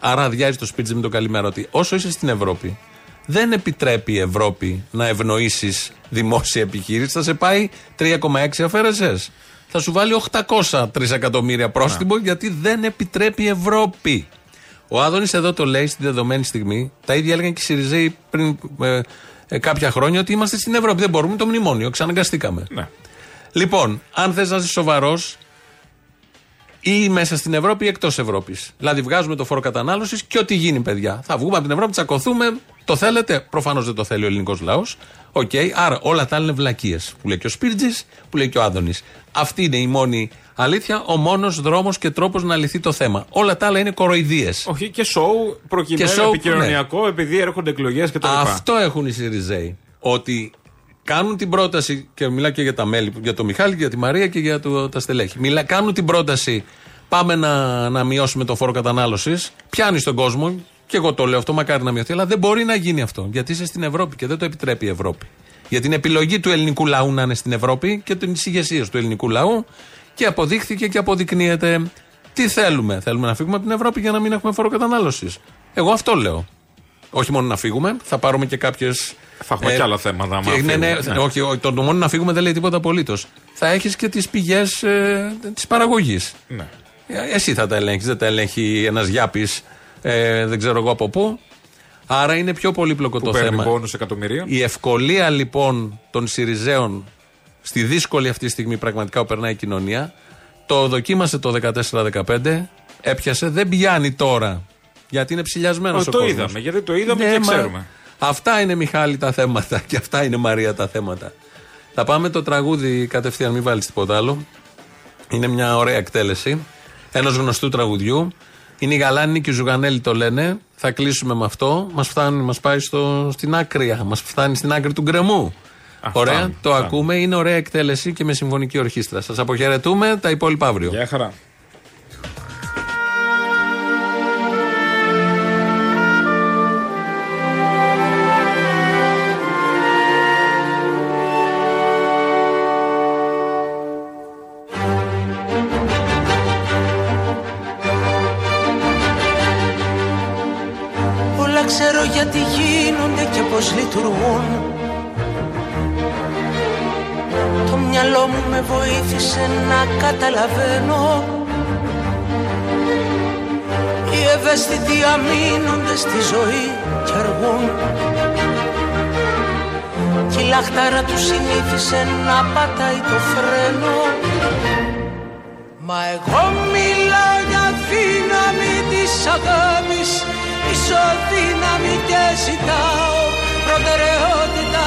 [SPEAKER 3] Άρα αδειάζει το Σπίρτζη με το καλημέρα ότι όσο είσαι στην Ευρώπη, δεν επιτρέπει η Ευρώπη να ευνοήσεις δημόσια επιχείρηση. Θα σε πάει 3,6 αφαίρεσες. Θα σου βάλει 800 τρισεκατομμύρια πρόστιμο γιατί δεν επιτρέπει η Ευρώπη. Ο Άδωνης εδώ το λέει στη δεδομένη στιγμή. Τα ίδια έλεγαν και οι Σιριζέοι πριν ε, ε, κάποια χρόνια ότι είμαστε στην Ευρώπη. Δεν μπορούμε το μνημόνιο. Ξαναγκαστήκαμε. Λοιπόν, αν θες να είσαι σοβαρός, ή μέσα στην Ευρώπη ή εκτός Ευρώπης. Δηλαδή, βγάζουμε το φόρο κατανάλωσης και ό,τι γίνει, παιδιά. Θα βγούμε από την Ευρώπη, τσακωθούμε. Το θέλετε. Προφανώς δεν το θέλει ο ελληνικός λαός. Οκ. Άρα, όλα τα άλλα είναι βλακίες. Που λέει και ο Σπίρτζης, που λέει και ο Άδωνης. Αυτή είναι η μόνη αλήθεια, ο μόνος δρόμος και τρόπος να λυθεί το θέμα. Όλα τα άλλα είναι κοροϊδίες.
[SPEAKER 4] Όχι και σοου προκειμένου
[SPEAKER 3] Και σοου, ναι.
[SPEAKER 4] επικοινωνιακό επειδή έρχονται εκλογές και τα λοιπά.
[SPEAKER 3] Αυτό έχουν οι Σιριζέοι. Ότι κάνουν την πρόταση, και μιλάω και για τα μέλη, για τον Μιχάλη, και για τη Μαρία και για το, τα στελέχη. Μιλά, κάνουν την πρόταση, πάμε να, να μειώσουμε το φόρο κατανάλωσης. Πιάνει τον κόσμο Και εγώ το λέω αυτό, μακάρι να μειωθεί, αλλά δεν μπορεί να γίνει αυτό. Γιατί είσαι στην Ευρώπη και δεν το επιτρέπει η Ευρώπη. Για την επιλογή του ελληνικού λαού να είναι στην Ευρώπη και την ηγεσία του ελληνικού λαού και αποδείχθηκε και αποδεικνύεται. Τι θέλουμε, θέλουμε να φύγουμε από την Ευρώπη για να μην έχουμε φόρο κατανάλωσης. Εγώ αυτό λέω. Όχι μόνο να φύγουμε, θα πάρουμε και κάποιες.
[SPEAKER 4] Θα έχουμε και άλλα θέματα, άμα
[SPEAKER 3] και- ναι, ναι,
[SPEAKER 4] φύγουμε, ναι.
[SPEAKER 3] Όχι, όχι, το μόνο να φύγουμε δεν λέει τίποτα απολύτως. Θα έχεις και ε, τις πηγές της παραγωγής.
[SPEAKER 4] Ναι.
[SPEAKER 3] Ε, Εσύ θα τα ελέγχεις, δεν τα ελέγχει ένας Γιάπης, ε, δεν ξέρω εγώ από πού. Άρα είναι πιο πολύπλοκο
[SPEAKER 4] Που
[SPEAKER 3] το
[SPEAKER 4] παίρνει
[SPEAKER 3] θέμα.
[SPEAKER 4] πόνους εκατομμυρίων.
[SPEAKER 3] Η ευκολία λοιπόν των Σιριζέων στη δύσκολη αυτή στιγμή πραγματικά που περνάει η κοινωνία, το δοκίμασε το 14-15, έπιασε, δεν πιάνει τώρα. Γιατί είναι ψηλιασμένος ο,
[SPEAKER 4] Ε, το
[SPEAKER 3] κόσμος.
[SPEAKER 4] είδαμε, γιατί το είδαμε
[SPEAKER 3] Ναι,
[SPEAKER 4] και
[SPEAKER 3] μα
[SPEAKER 4] ξέρουμε.
[SPEAKER 3] Αυτά είναι Μιχάλη τα θέματα και αυτά είναι Μαρία τα θέματα. Θα πάμε το τραγούδι κατευθείαν, μην βάλεις τίποτα άλλο. Είναι μια ωραία εκτέλεση ενός γνωστού τραγουδιού. Είναι η Γαλάνη και η Ζουγανέλη το λένε. Θα κλείσουμε με αυτό. Μας φτάνει, μας πάει στο, στην άκρη. Μας φτάνει στην άκρη του γκρεμού. ωραία,
[SPEAKER 4] φτάνει,
[SPEAKER 3] το
[SPEAKER 4] φτάνει.
[SPEAKER 3] ακούμε. Είναι ωραία εκτέλεση και με συμφωνική ορχήστρα. Σας αποχαιρετούμε. Τα υπόλοιπα αύριο. Γεια
[SPEAKER 4] χαρά.
[SPEAKER 20] Όλα ξέρω γιατί γίνονται και πως λειτουργούν Το μυαλό μου με βοήθησε να καταλαβαίνω Οι ευαίσθητοι αμήνονται στη ζωή και αργούν Κι η λαχτάρα τους συνήθισε να πατάει το φρένο Μα εγώ μιλάω για δύναμη της αγάπης Ισοδύναμη και ζητάω προτεραιότητα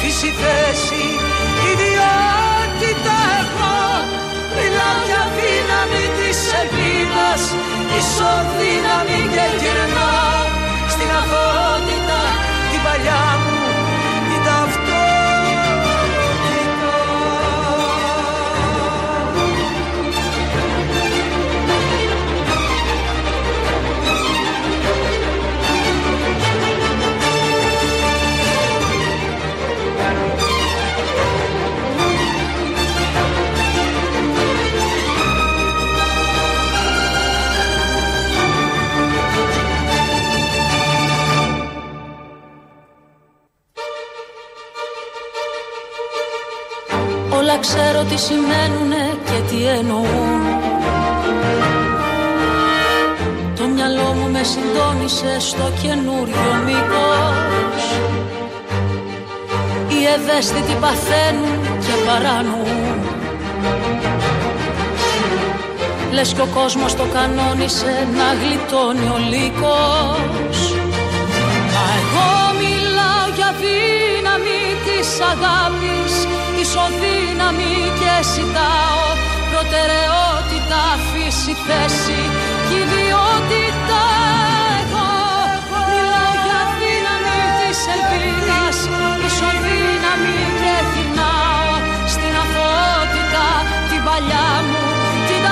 [SPEAKER 20] Φύση θέση ιδιότητα εγώ Μιλάω για δύναμη της ελπίδας Ισοδύναμη και γυρνάω στην αθωότητα Την παλιά μου την ταυτότητα
[SPEAKER 14] Όλα ξέρω τι σημαίνουνε και τι εννοούν Το μυαλό μου με συντόνισε στο καινούριο μήκος Οι ευαίσθητοι παθαίνουν και παρανοούν Λες κι ο κόσμος το κανόνισε να γλιτώνει ο λύκος Μα εγώ μιλάω για δύναμη της αγάπης Ισοδύναμη και ζητάω προτεραιότητα φύση θέση και ιδιότητα εγώ Μιλάω για δύναμη της ελπίδας Ισοδύναμη και γυρνάω στην αθωότητα την παλιά μου την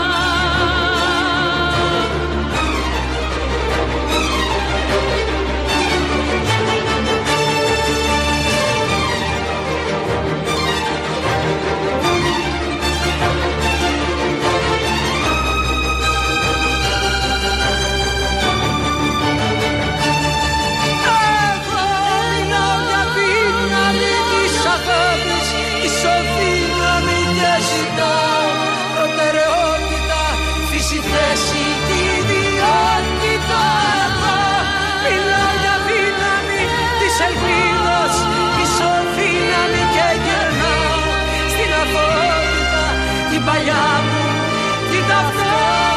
[SPEAKER 14] ταυτότητα
[SPEAKER 20] Μιλάω για δύναμη της αγάπης Ισοδύναμη και ζητάω Προτεραιότητα, φύση, θέση και ιδιότητα Μιλάω για δύναμη της ελπίδας Ισοδύναμη και γερνάω Στην αθότητα την παλιά μου την ταυτότητα